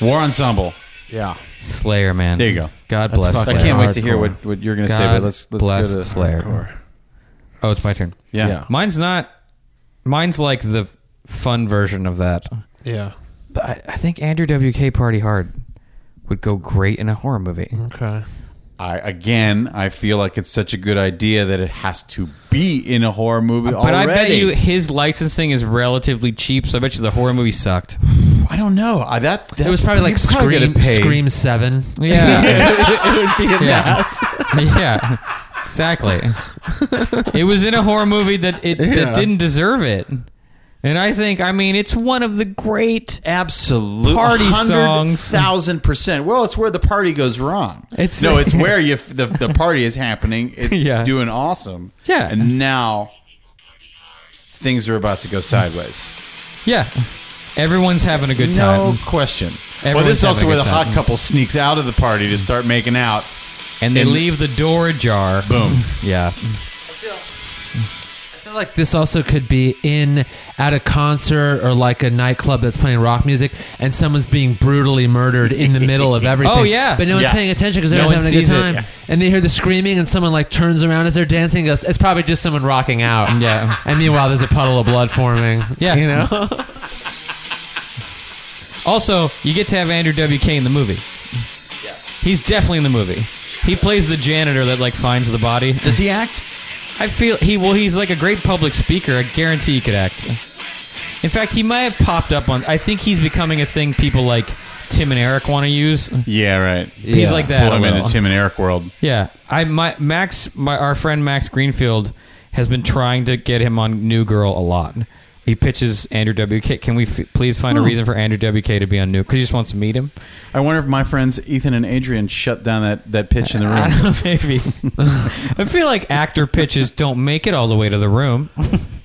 War ensemble. Yeah. Slayer, man. There you go. God That's bless. fucking I Slayer. can't wait to hear what, what you're gonna say. God But let's let's bless go to Slayer. Oh, it's my turn. Yeah. Yeah. Mine's not. Mine's like the fun version of that. Yeah. But I, I think Andrew WK Party Hard would go great in a horror movie. Okay. I again, I feel like it's such a good idea that it has to be in a horror movie But I already. bet you his licensing is relatively cheap, so I bet you the horror movie sucked. I don't know. I, that, that It was probably like you're probably Scream, gonna pay. Scream Seven. Yeah. it would be in Yeah. that. yeah. Exactly. it was in a horror movie that it Yeah. that didn't deserve it. And I think I mean it's one of the great Absolutely, Party songs. thousand percent. Well, it's where the party goes wrong. It's- no, it's where you the, the party is happening. It's Yeah. doing awesome. Yeah. and now things are about to go sideways. Yeah. Everyone's having a good time. No question. well, Everyone's this is also having a where the good hot time. couple sneaks out of the party to start making out. And they And- leave the door ajar. Boom. Yeah. I feel like this also could be in at a concert or like a nightclub that's playing rock music and someone's being brutally murdered in the middle of everything. Oh, yeah. But no one's Yeah. paying attention because No everyone's one having a good sees it. time. And they hear the screaming and someone like turns around as they're dancing and goes, It's probably just someone rocking out. Yeah. And meanwhile there's a puddle of blood forming. Yeah. You know? Also, you get to have Andrew WK in the movie. Yeah. He's definitely in the movie. He plays the janitor that like finds the body. Does he act? I feel he well. He's like a great public speaker. I guarantee he could act. In fact, he might have popped up on. I think he's becoming a thing people like Tim and Eric want to use. Yeah, right. He's like that. Pull him a into little. Tim and Eric world. Yeah, I my Max, my our friend Max Greenfield has been trying to get him on New Girl a lot. He pitches Andrew WK. Can we f- please Hmm. find a reason for Andrew WK to be on New? Because he just wants to meet him. I wonder if my friends Ethan and Adrian shut down that, that pitch in the I room. don't know, maybe. I feel like actor pitches don't make it all the way to the room.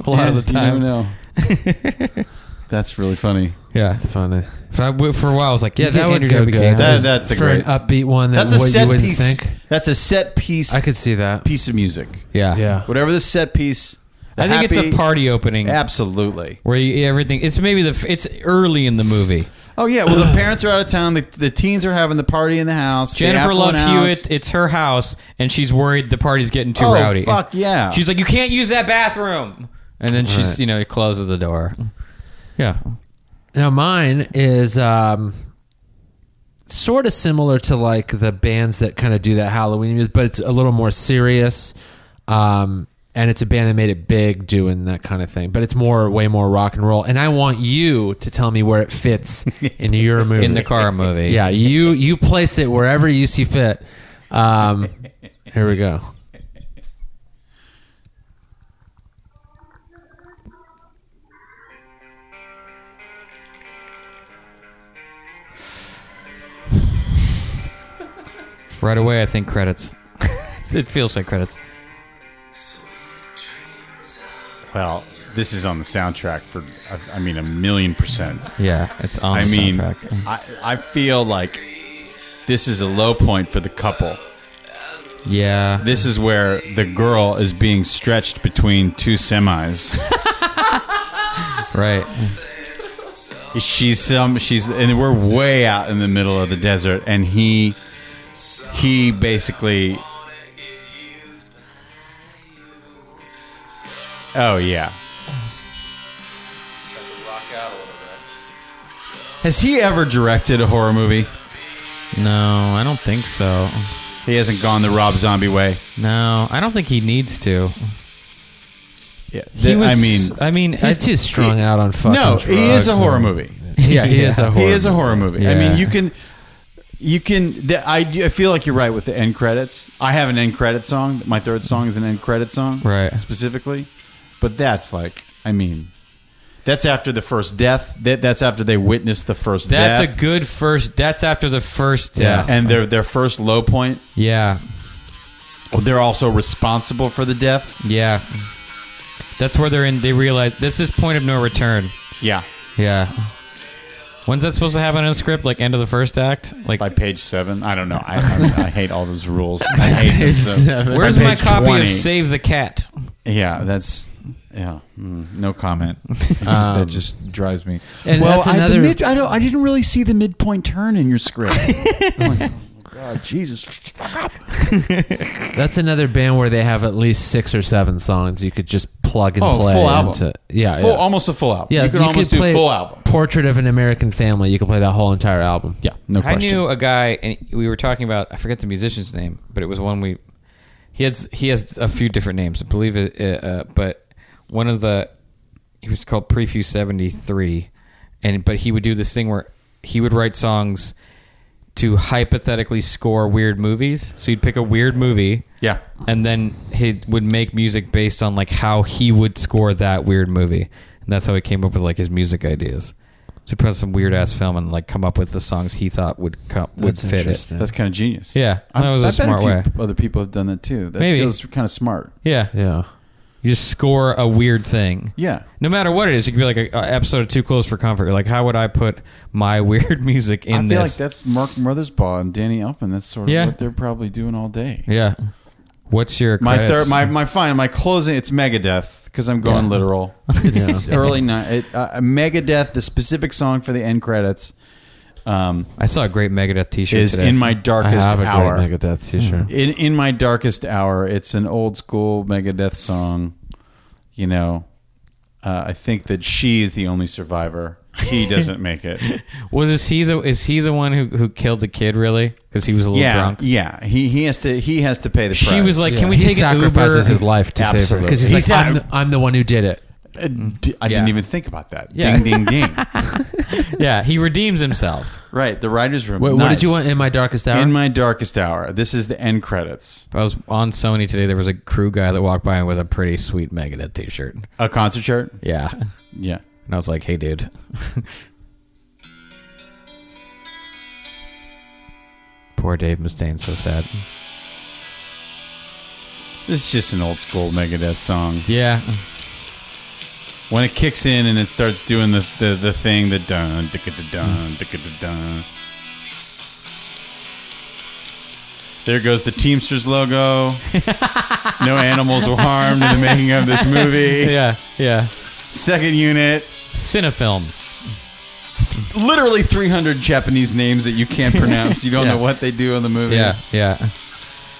a lot of the You never time. know. That's really funny. Yeah. It's funny. For, I- for a while, I was like, Yeah, you that get would Andrew go WK good. on That- this. that's a for great- an upbeat one. That That's a what you set wouldn't piece. think. That's a set piece I could see that. piece of music. yeah. Yeah. Whatever the set piece. I think it's happy- a party opening Absolutely. where you, everything. It's maybe the f- it's early in the movie. Oh yeah. Well, the parents are out of town. The, the teens are having the party in the house. The Jennifer affluent Love house. Hewitt. It's her house, and she's worried the party's getting too Oh, rowdy. fuck yeah. She's like, you can't use that bathroom, and then she's Right. you know closes the door. Yeah. Now mine is um, sort of similar to like the bands that kind of do that Halloween music, but it's a little more serious. Um, and it's a band that made it big doing that kind of thing, but it's more, way more rock and roll. And I want you to tell me where it fits in your movie. In the car movie. Yeah, you you place it wherever you see fit. Um, here we go. Right away, I think credits. it feels like credits. Well, this is on the soundtrack for, I I mean, a million percent. Yeah, it's on. I the mean, soundtrack. I, I feel like this is a low point for the couple. yeah, This is where the girl is being stretched between two semis. right. she's some, she's, and we're way out in the middle of the desert, and he, he basically. Oh yeah. Has he ever directed a horror movie? No, I don't think so. He hasn't gone the Rob Zombie way. No, I don't think he needs to. Yeah, He was, I mean, I mean, He's I- too strung out on fucking. no, he is a drugs horror and- movie. Yeah, he is a horror. He is a horror movie. I Yeah. mean, you can, you can. The, I, I feel like you're right with the end credits. I have an end credit song. My third song is an end credit song, Right. Specifically, but that's like, I mean, that's after the first death. That that's after they witness the first. That's death, a good first. That's after the first death. and their their first low point. yeah, They're also responsible for the death. yeah. That's where they're in. They realize this is point of no return. Yeah, Yeah. When's that supposed to happen in a script? Like end of the first act? Like by page seven. I don't know. I, I, I hate all those rules. I hate them so- by where's my page copy 20. of Save the Cat? Yeah, that's yeah. mm, no comment. It just- that just drives me. and that's another- I don't. I didn't really see the midpoint turn in your script. I'm like, oh my God, Jesus. That's another band where they have at least six or seven songs you could just plug and Oh, play. full album. Into, yeah, full, yeah. almost a full album. Yeah, you could almost do play full album. Portrait of an American Family. You could play that whole entire album. Yeah, no I question. knew a guy, and we were talking about. I forget the musician's name, but it was one we. He has he has a few different names, I believe it, uh, uh, but one of the he was called Prefuse seventy three, and but he would do this thing where he would write songs to hypothetically score weird movies. So he'd pick a weird movie, Yeah. and then he would make music based on like how he would score that weird movie, and that's how he came up with like his music ideas. So he put on some weird ass film and like come up with the songs he thought would come would That's fit it. interesting. That's kind of genius. Yeah, that was a a smart way. Other people have done that too. That Maybe. feels kind of smart. Yeah. Yeah. you just score a weird thing. Yeah. No matter what it is, it could be like an episode of Too Close for Comfort. You're like, how would I put my weird music in I feel this? like that's Mark Mothersbaugh and Danny Elfman. That's sort of Yeah. what they're probably doing all day. yeah. What's your My credits? third, my my final, my closing. It's Megadeth because I'm going Yeah. literal. It's early night. It, uh, Megadeth, the specific song for the end credits, um, I saw a great Megadeth T-shirt is today. in my I darkest have a hour. great Megadeth t-shirt. in in my darkest hour, it's an old school Megadeth song. You know, uh, I think that she is the only survivor. He doesn't make it. Was is he the is he the one who who killed the kid really? Because he was a little yeah, drunk. yeah. He he has to he has to pay the. She price. was like, "Can we he take an sacrifices Uber?" his life to save her Absolutely. because he's, He's like, a- I'm the, I'm the one who did it. Uh, d- I Yeah. didn't even think about that. Yeah. Ding ding ding. Yeah, he redeems himself. right, the writers' room. Wait, What did Nice. you want in my darkest hour? In my darkest hour. This is the end credits. I was on Sony today. There was a crew guy that walked by with a pretty sweet Megadeth T-shirt. A concert chart? Yeah, and Yeah. I was like, "Hey, dude." Poor Dave Mustaine, so sad. This is just an old school Megadeth song. Yeah, when it kicks in and it starts doing the the, the thing, the dun dicka da dun dicka da dun. There goes the Teamsters logo. no animals were harmed in the making of this movie. Yeah, yeah. Second unit, Cinefilm. literally 300 Japanese names that you can't pronounce. You don't know what they do in the movie. Yeah, yeah.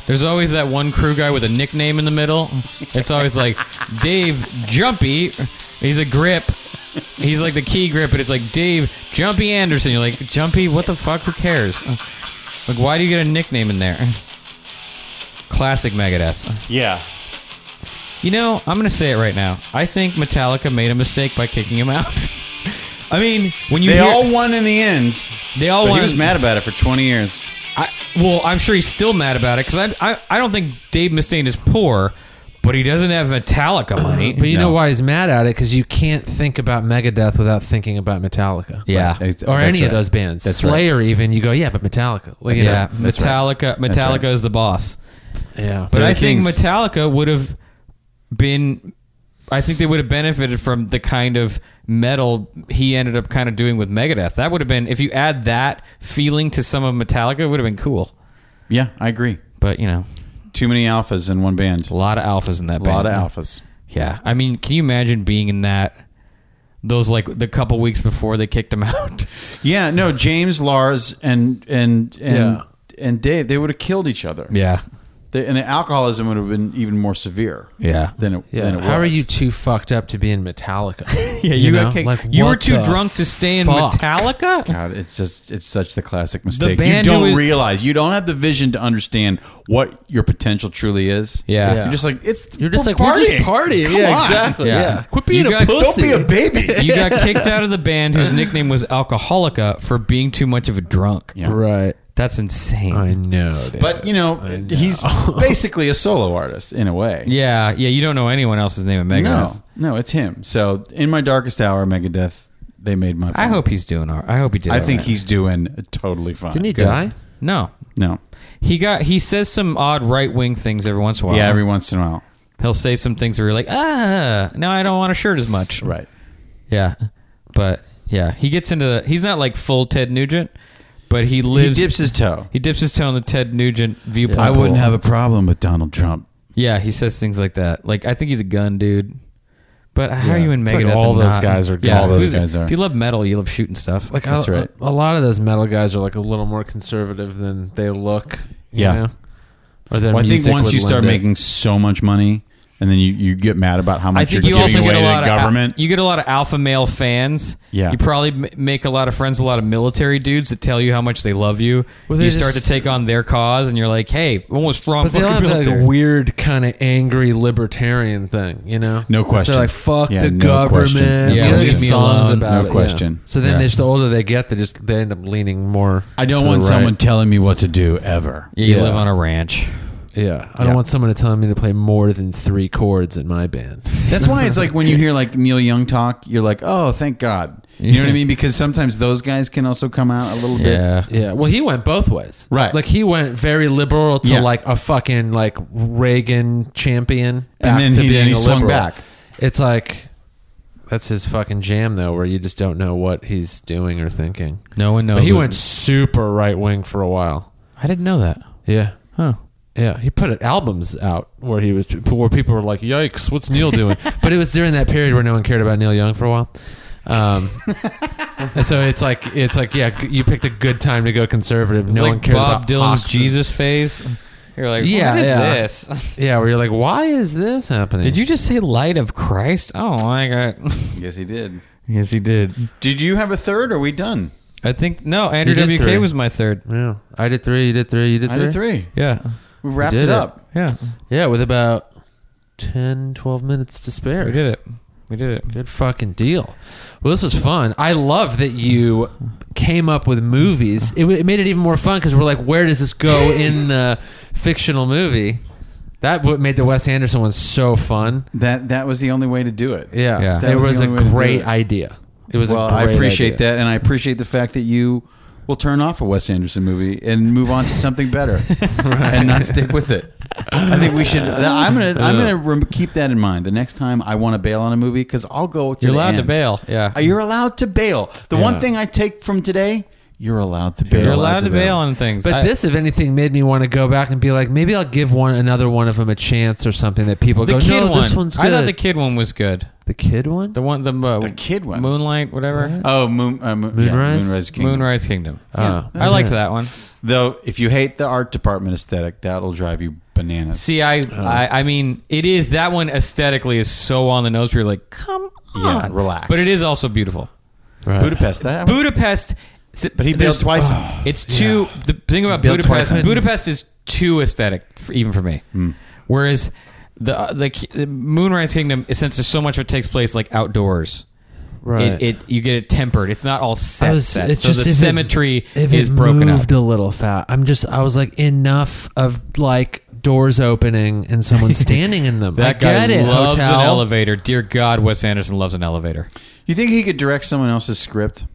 There's always that one crew guy with a nickname in the middle. It's always like Dave Jumpy. He's a grip. He's like the key grip, but it's like Dave Jumpy Anderson. You're like Jumpy. What the fuck? Who cares? Like, why do you get a nickname in there? Classic Megadeth. Yeah. You know, I'm gonna say it right now. I think Metallica made a mistake by kicking him out. I mean, when you They hear, all won in the end. they all but wanted- he was mad about it for 20 years. I, well, I'm sure he's still mad about it because I, I, I don't think Dave Mustaine is poor, but he doesn't have Metallica money. But you know No. why he's mad at it? Because you can't think about Megadeth without thinking about Metallica. Yeah. Like, Ex- or that's any right. of those bands. That's Slayer, even you go, yeah, but Metallica. Like, you yeah, know, Metallica, Metallica right. is the boss. yeah. But They're I the think kings. Metallica would have been. I think they would have benefited from the kind of metal he ended up kind of doing with Megadeth. That would have been if you add that feeling to some of Metallica, it would have been cool. Yeah, I agree. But you know, Too many alphas in one band. a lot of alphas in that A band. lot of alphas. Yeah, I mean, can you imagine being in that? Those like the couple weeks before they kicked him out. Yeah, no, James, Lars, and and and Yeah. and Dave, they would have killed each other. Yeah, They, and the alcoholism would have been even more severe. Yeah. than it, Yeah. than it was. How are you too fucked up to be in Metallica? yeah. You, know? got kicked. Like, you were what too the drunk to stay in fuck? Metallica. God, it's just it's such the classic mistake. you band who don't is- realize you don't have the vision to understand what your potential truly is. Yeah. you're just like it's. You're just we're like we're just partying. partying. Come yeah, on. exactly. Yeah. Yeah. Quit being You a guys- don't pussy. Don't be a baby. You got kicked out of the band whose nickname was Alcoholica for being too much of a drunk. Yeah. right. That's insane. I know. dude. But you know, he's basically a solo artist in a way. yeah, yeah. You don't know anyone else's name in No, Megadeth. no, it's him. So in my darkest hour, Megadeth, they made my. I fun. hope he's doing all right. I hope he did. I all think right. he's doing totally fine. Didn't he Good. die? no. No. He got. He says some odd right wing things every once in a while. Yeah, every once in a while. he'll say some things where you're like, ah, now I don't want a shirt as much. Right. Yeah, but yeah, he gets into the. He's not like full Ted Nugent, but he lives. dips his toe. He dips his toe in the Ted Nugent viewpoint. I wouldn't pool. have a problem with Donald Trump. Yeah, he says things like that. Like I think he's a gun dude. But how are you in It's like Megadeth? all and those not- guys are- Yeah, all those who's- guys are. If you love metal, you love shooting stuff. Like That's a, right. a lot of those metal guys are like a little more conservative than they look. You Yeah. Know? Or their Well, I think music once would you start lend it. making so much money, and then you, you get mad about how much I think you're you also giving get away a to lot the of al- government. you get a lot of alpha male fans. Yeah. you probably m- make a lot of friends, with a lot of military dudes that tell you how much they love you. Well, they you start just- to take on their cause, and you're like, "Hey, I want a strong But they all fucking have that military." like, weird kind of angry libertarian thing, you know? No Which question. They're like, fuck Yeah, the no government. question. You Yeah, know, they leave get me songs alone. about No it, question. Yeah. So then, Yeah. they just, the older they get, they just they end up leaning more. I to don't the want right. someone telling me what to do ever. yeah, you Yeah. live on a ranch. Yeah, I Yeah. don't want someone to tell me to play more than three chords in my band. That's why it's like when you hear like Neil Young talk, you're like, oh, thank God. You know what I mean? Because sometimes those guys can also come out a little bit. Yeah, well, he went both ways, Right. Like he went very liberal to Yeah. like a fucking like Reagan champion, back then to he- being then he a swung liberal. back. It's like that's his fucking jam though, where you just don't know what he's doing or thinking. no one knows. But he what- went super right wing for a while. I didn't know that. Yeah. Huh. Yeah, he put albums out where he was where people were like, "Yikes, what's Neil doing?" but it was during that period where no one cared about Neil Young for a while. Um, and so it's like it's like yeah, g- you picked a good time to go conservative. It's no like one cares Bob about Dylan's oxen. Jesus phase. You're like, Yeah, what is yeah. this? Yeah, where you're like, why is this happening? Did you just say light of Christ? Oh my God. Yes, he did. yes, he did. Did you have a third? Or are we done? I think no. Andrew You did WK three. was my third. Yeah, I did three. You did three. You did I three. did three. Yeah, We wrapped did it it. up. yeah. Yeah, with about 10, 12 minutes to spare. We did it. We did it. Good fucking deal. Well, this was fun. I love that you came up with movies. It, w- it made it even more fun because we're like, where does this go in the fictional movie? That what made the Wes Anderson one so fun. That that was the only way to do it. Yeah, Yeah. it That was, was the a only way to do great it. idea. It was. well, a great I appreciate idea. that, and I appreciate the fact that you we'll turn off a Wes Anderson movie and move on to something better, and not stick with it. I think we should. I'm gonna I'm gonna rem- keep that in mind the next time I want to bail on a movie because I'll go. To You're the allowed to end. bail, yeah. Uh, you're allowed to bail. The Yeah. one thing I take from today, you're allowed to bail. You're allowed to bail on things. But I- this, if anything, made me want to go back and be like, maybe I'll give one another one of them a chance or something that people the go, kid no, one. this one's good. I thought the kid one was good. The kid one? The one, the uh, The kid one. Moonlight, whatever. Oh, moon, uh, moon, Moonrise? yeah, Moonrise Kingdom. Moonrise Kingdom. Uh, Yeah. I liked that one. Though, if you hate the art department aesthetic, that'll drive you bananas. See, I, I, I mean, it is that one aesthetically is so on the nose. Where you're like, come Yeah, on, relax. But it is also beautiful. Right. Budapest, that. Budapest, but he bailed there's- twice. It's too. The thing about Built Budapest, twice. Budapest is too aesthetic, for, even for me. Hmm. Whereas the, the the Moonrise Kingdom, since there's so much of it takes place like outdoors, Right. it, it you get it tempered. It's not all I set. was- set. it's so just the if it- symmetry if is it broken up. moved a little fat. I'm just, I was like, enough of like doors opening and someone standing in them. That I guy get it, loves hotel. an elevator. Dear God, Wes Anderson loves an elevator. You think he could direct someone else's script?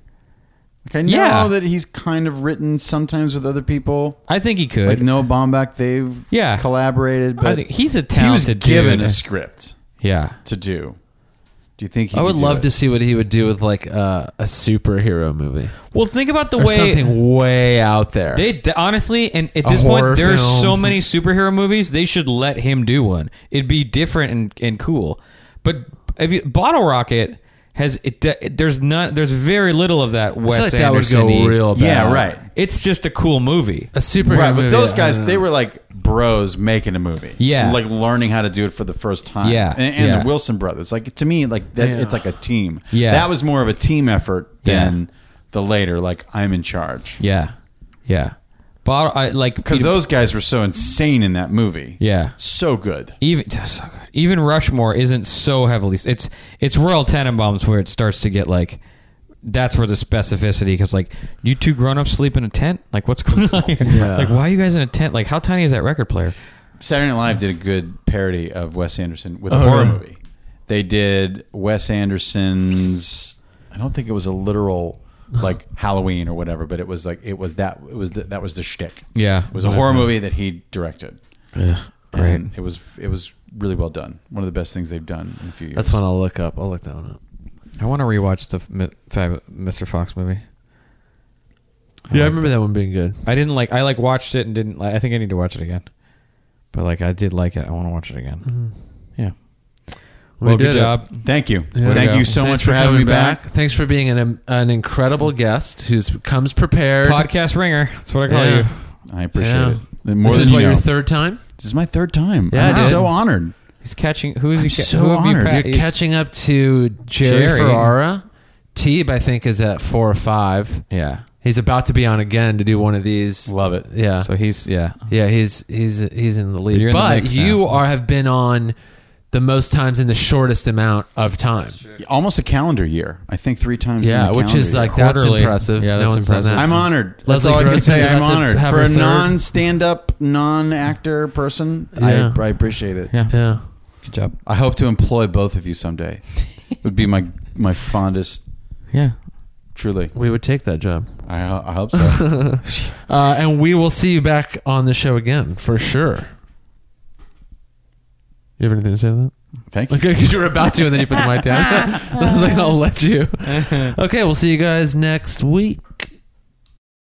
Like I know Yeah. that he's kind of written sometimes with other people. I think he could. Like Noah Baumbach, they've Yeah. collaborated, I but think he's a he was talented given dude. a script yeah. to do. Do you think? He I would could do love it? to see what he would do with like uh, a superhero movie Well, think about the or way something way out there. they d- honestly, and at A this point, horror there are film. so many superhero movies. They should let him do one. It'd be different and, and cool. But if you, Bottle Rocket has it, d- it- there's not there's very little of that I feel Wes like that would Anderson. go real bad. Yeah, right. It's just a cool movie. A superhero Right, movie. but those I guys, don't they know. were like bros making a movie. Yeah. like learning how to do it for the first time. Yeah, and, and yeah. the Wilson brothers. Like to me, like that, it's like a team. Yeah. that was more of a team effort Yeah. than the later. Like I'm in charge Yeah, yeah. Bottle, I like because Peter- those guys were so insane in that movie. Yeah. so good. even that's so good. even Rushmore isn't so heavily. It's it's Royal Tenenbaums where it starts to get like that's where the specificity because like you two grown ups sleep in a tent. Like what's going on? Here? Like why are you guys in a tent? Like how tiny is that record player? Saturday Night Live did a good parody of Wes Anderson Oh, with a horror movie. They did Wes Anderson's. I don't think it was a literal like Halloween or whatever, but it was like it was that it was the, that was the shtick. Yeah. it was a horror movie that he directed. Great. And it was it was really well done. One of the best things they've done in a few years. That's one I'll look up. I'll look that one up. I want to rewatch the Mi- Fab- Mr. Fox movie. Yeah, I remember that one being good. I didn't like. I like watched it and didn't. Like, I think I need to watch it again. But like I did like it. I want to watch it again. Yeah. We well, did good it. job. Thank you, Yeah. thank Yeah. you so Thanks much for, having me coming back. Thanks for being an an incredible guest who's comes prepared. Podcast ringer. That's what I call Yeah. you. I appreciate Yeah. it more this than is you what know. your third time. this is my third time. Yeah, I'm dude. so honored. He's catching. Who is I'm he? ca- so who have you honored. pa- You're You're catching up to Jerry, Jerry. Ferrara. Teeb, I think, is at four or five. Yeah. He's about to be on again to do one of these. Love it. Yeah, So he's yeah. yeah. He's he's he's in the lead. You're in the but mix now. you are have been on the most times in the shortest amount of time. Almost a calendar year. I think three times. in Yeah, a which is calendar year. like that's Quarterly. impressive. Yeah, no that's one's done impressive. that. I'm honored. That's Leslie all I can Grossman's say. I'm about to honored have for her a third. non-stand-up, non-actor person. Yeah. I, I appreciate it. Yeah. yeah. Good job. I hope to employ both of you someday. it would be my my fondest. Yeah. Truly, We would take that job. I, ho- I hope so. Uh, and we will see you back on the show again for sure. You have anything to say to that? Thank you. Okay, 'cause you were about to, and then you put the mic down. I was like, I'll let you. Okay, we'll see you guys next week.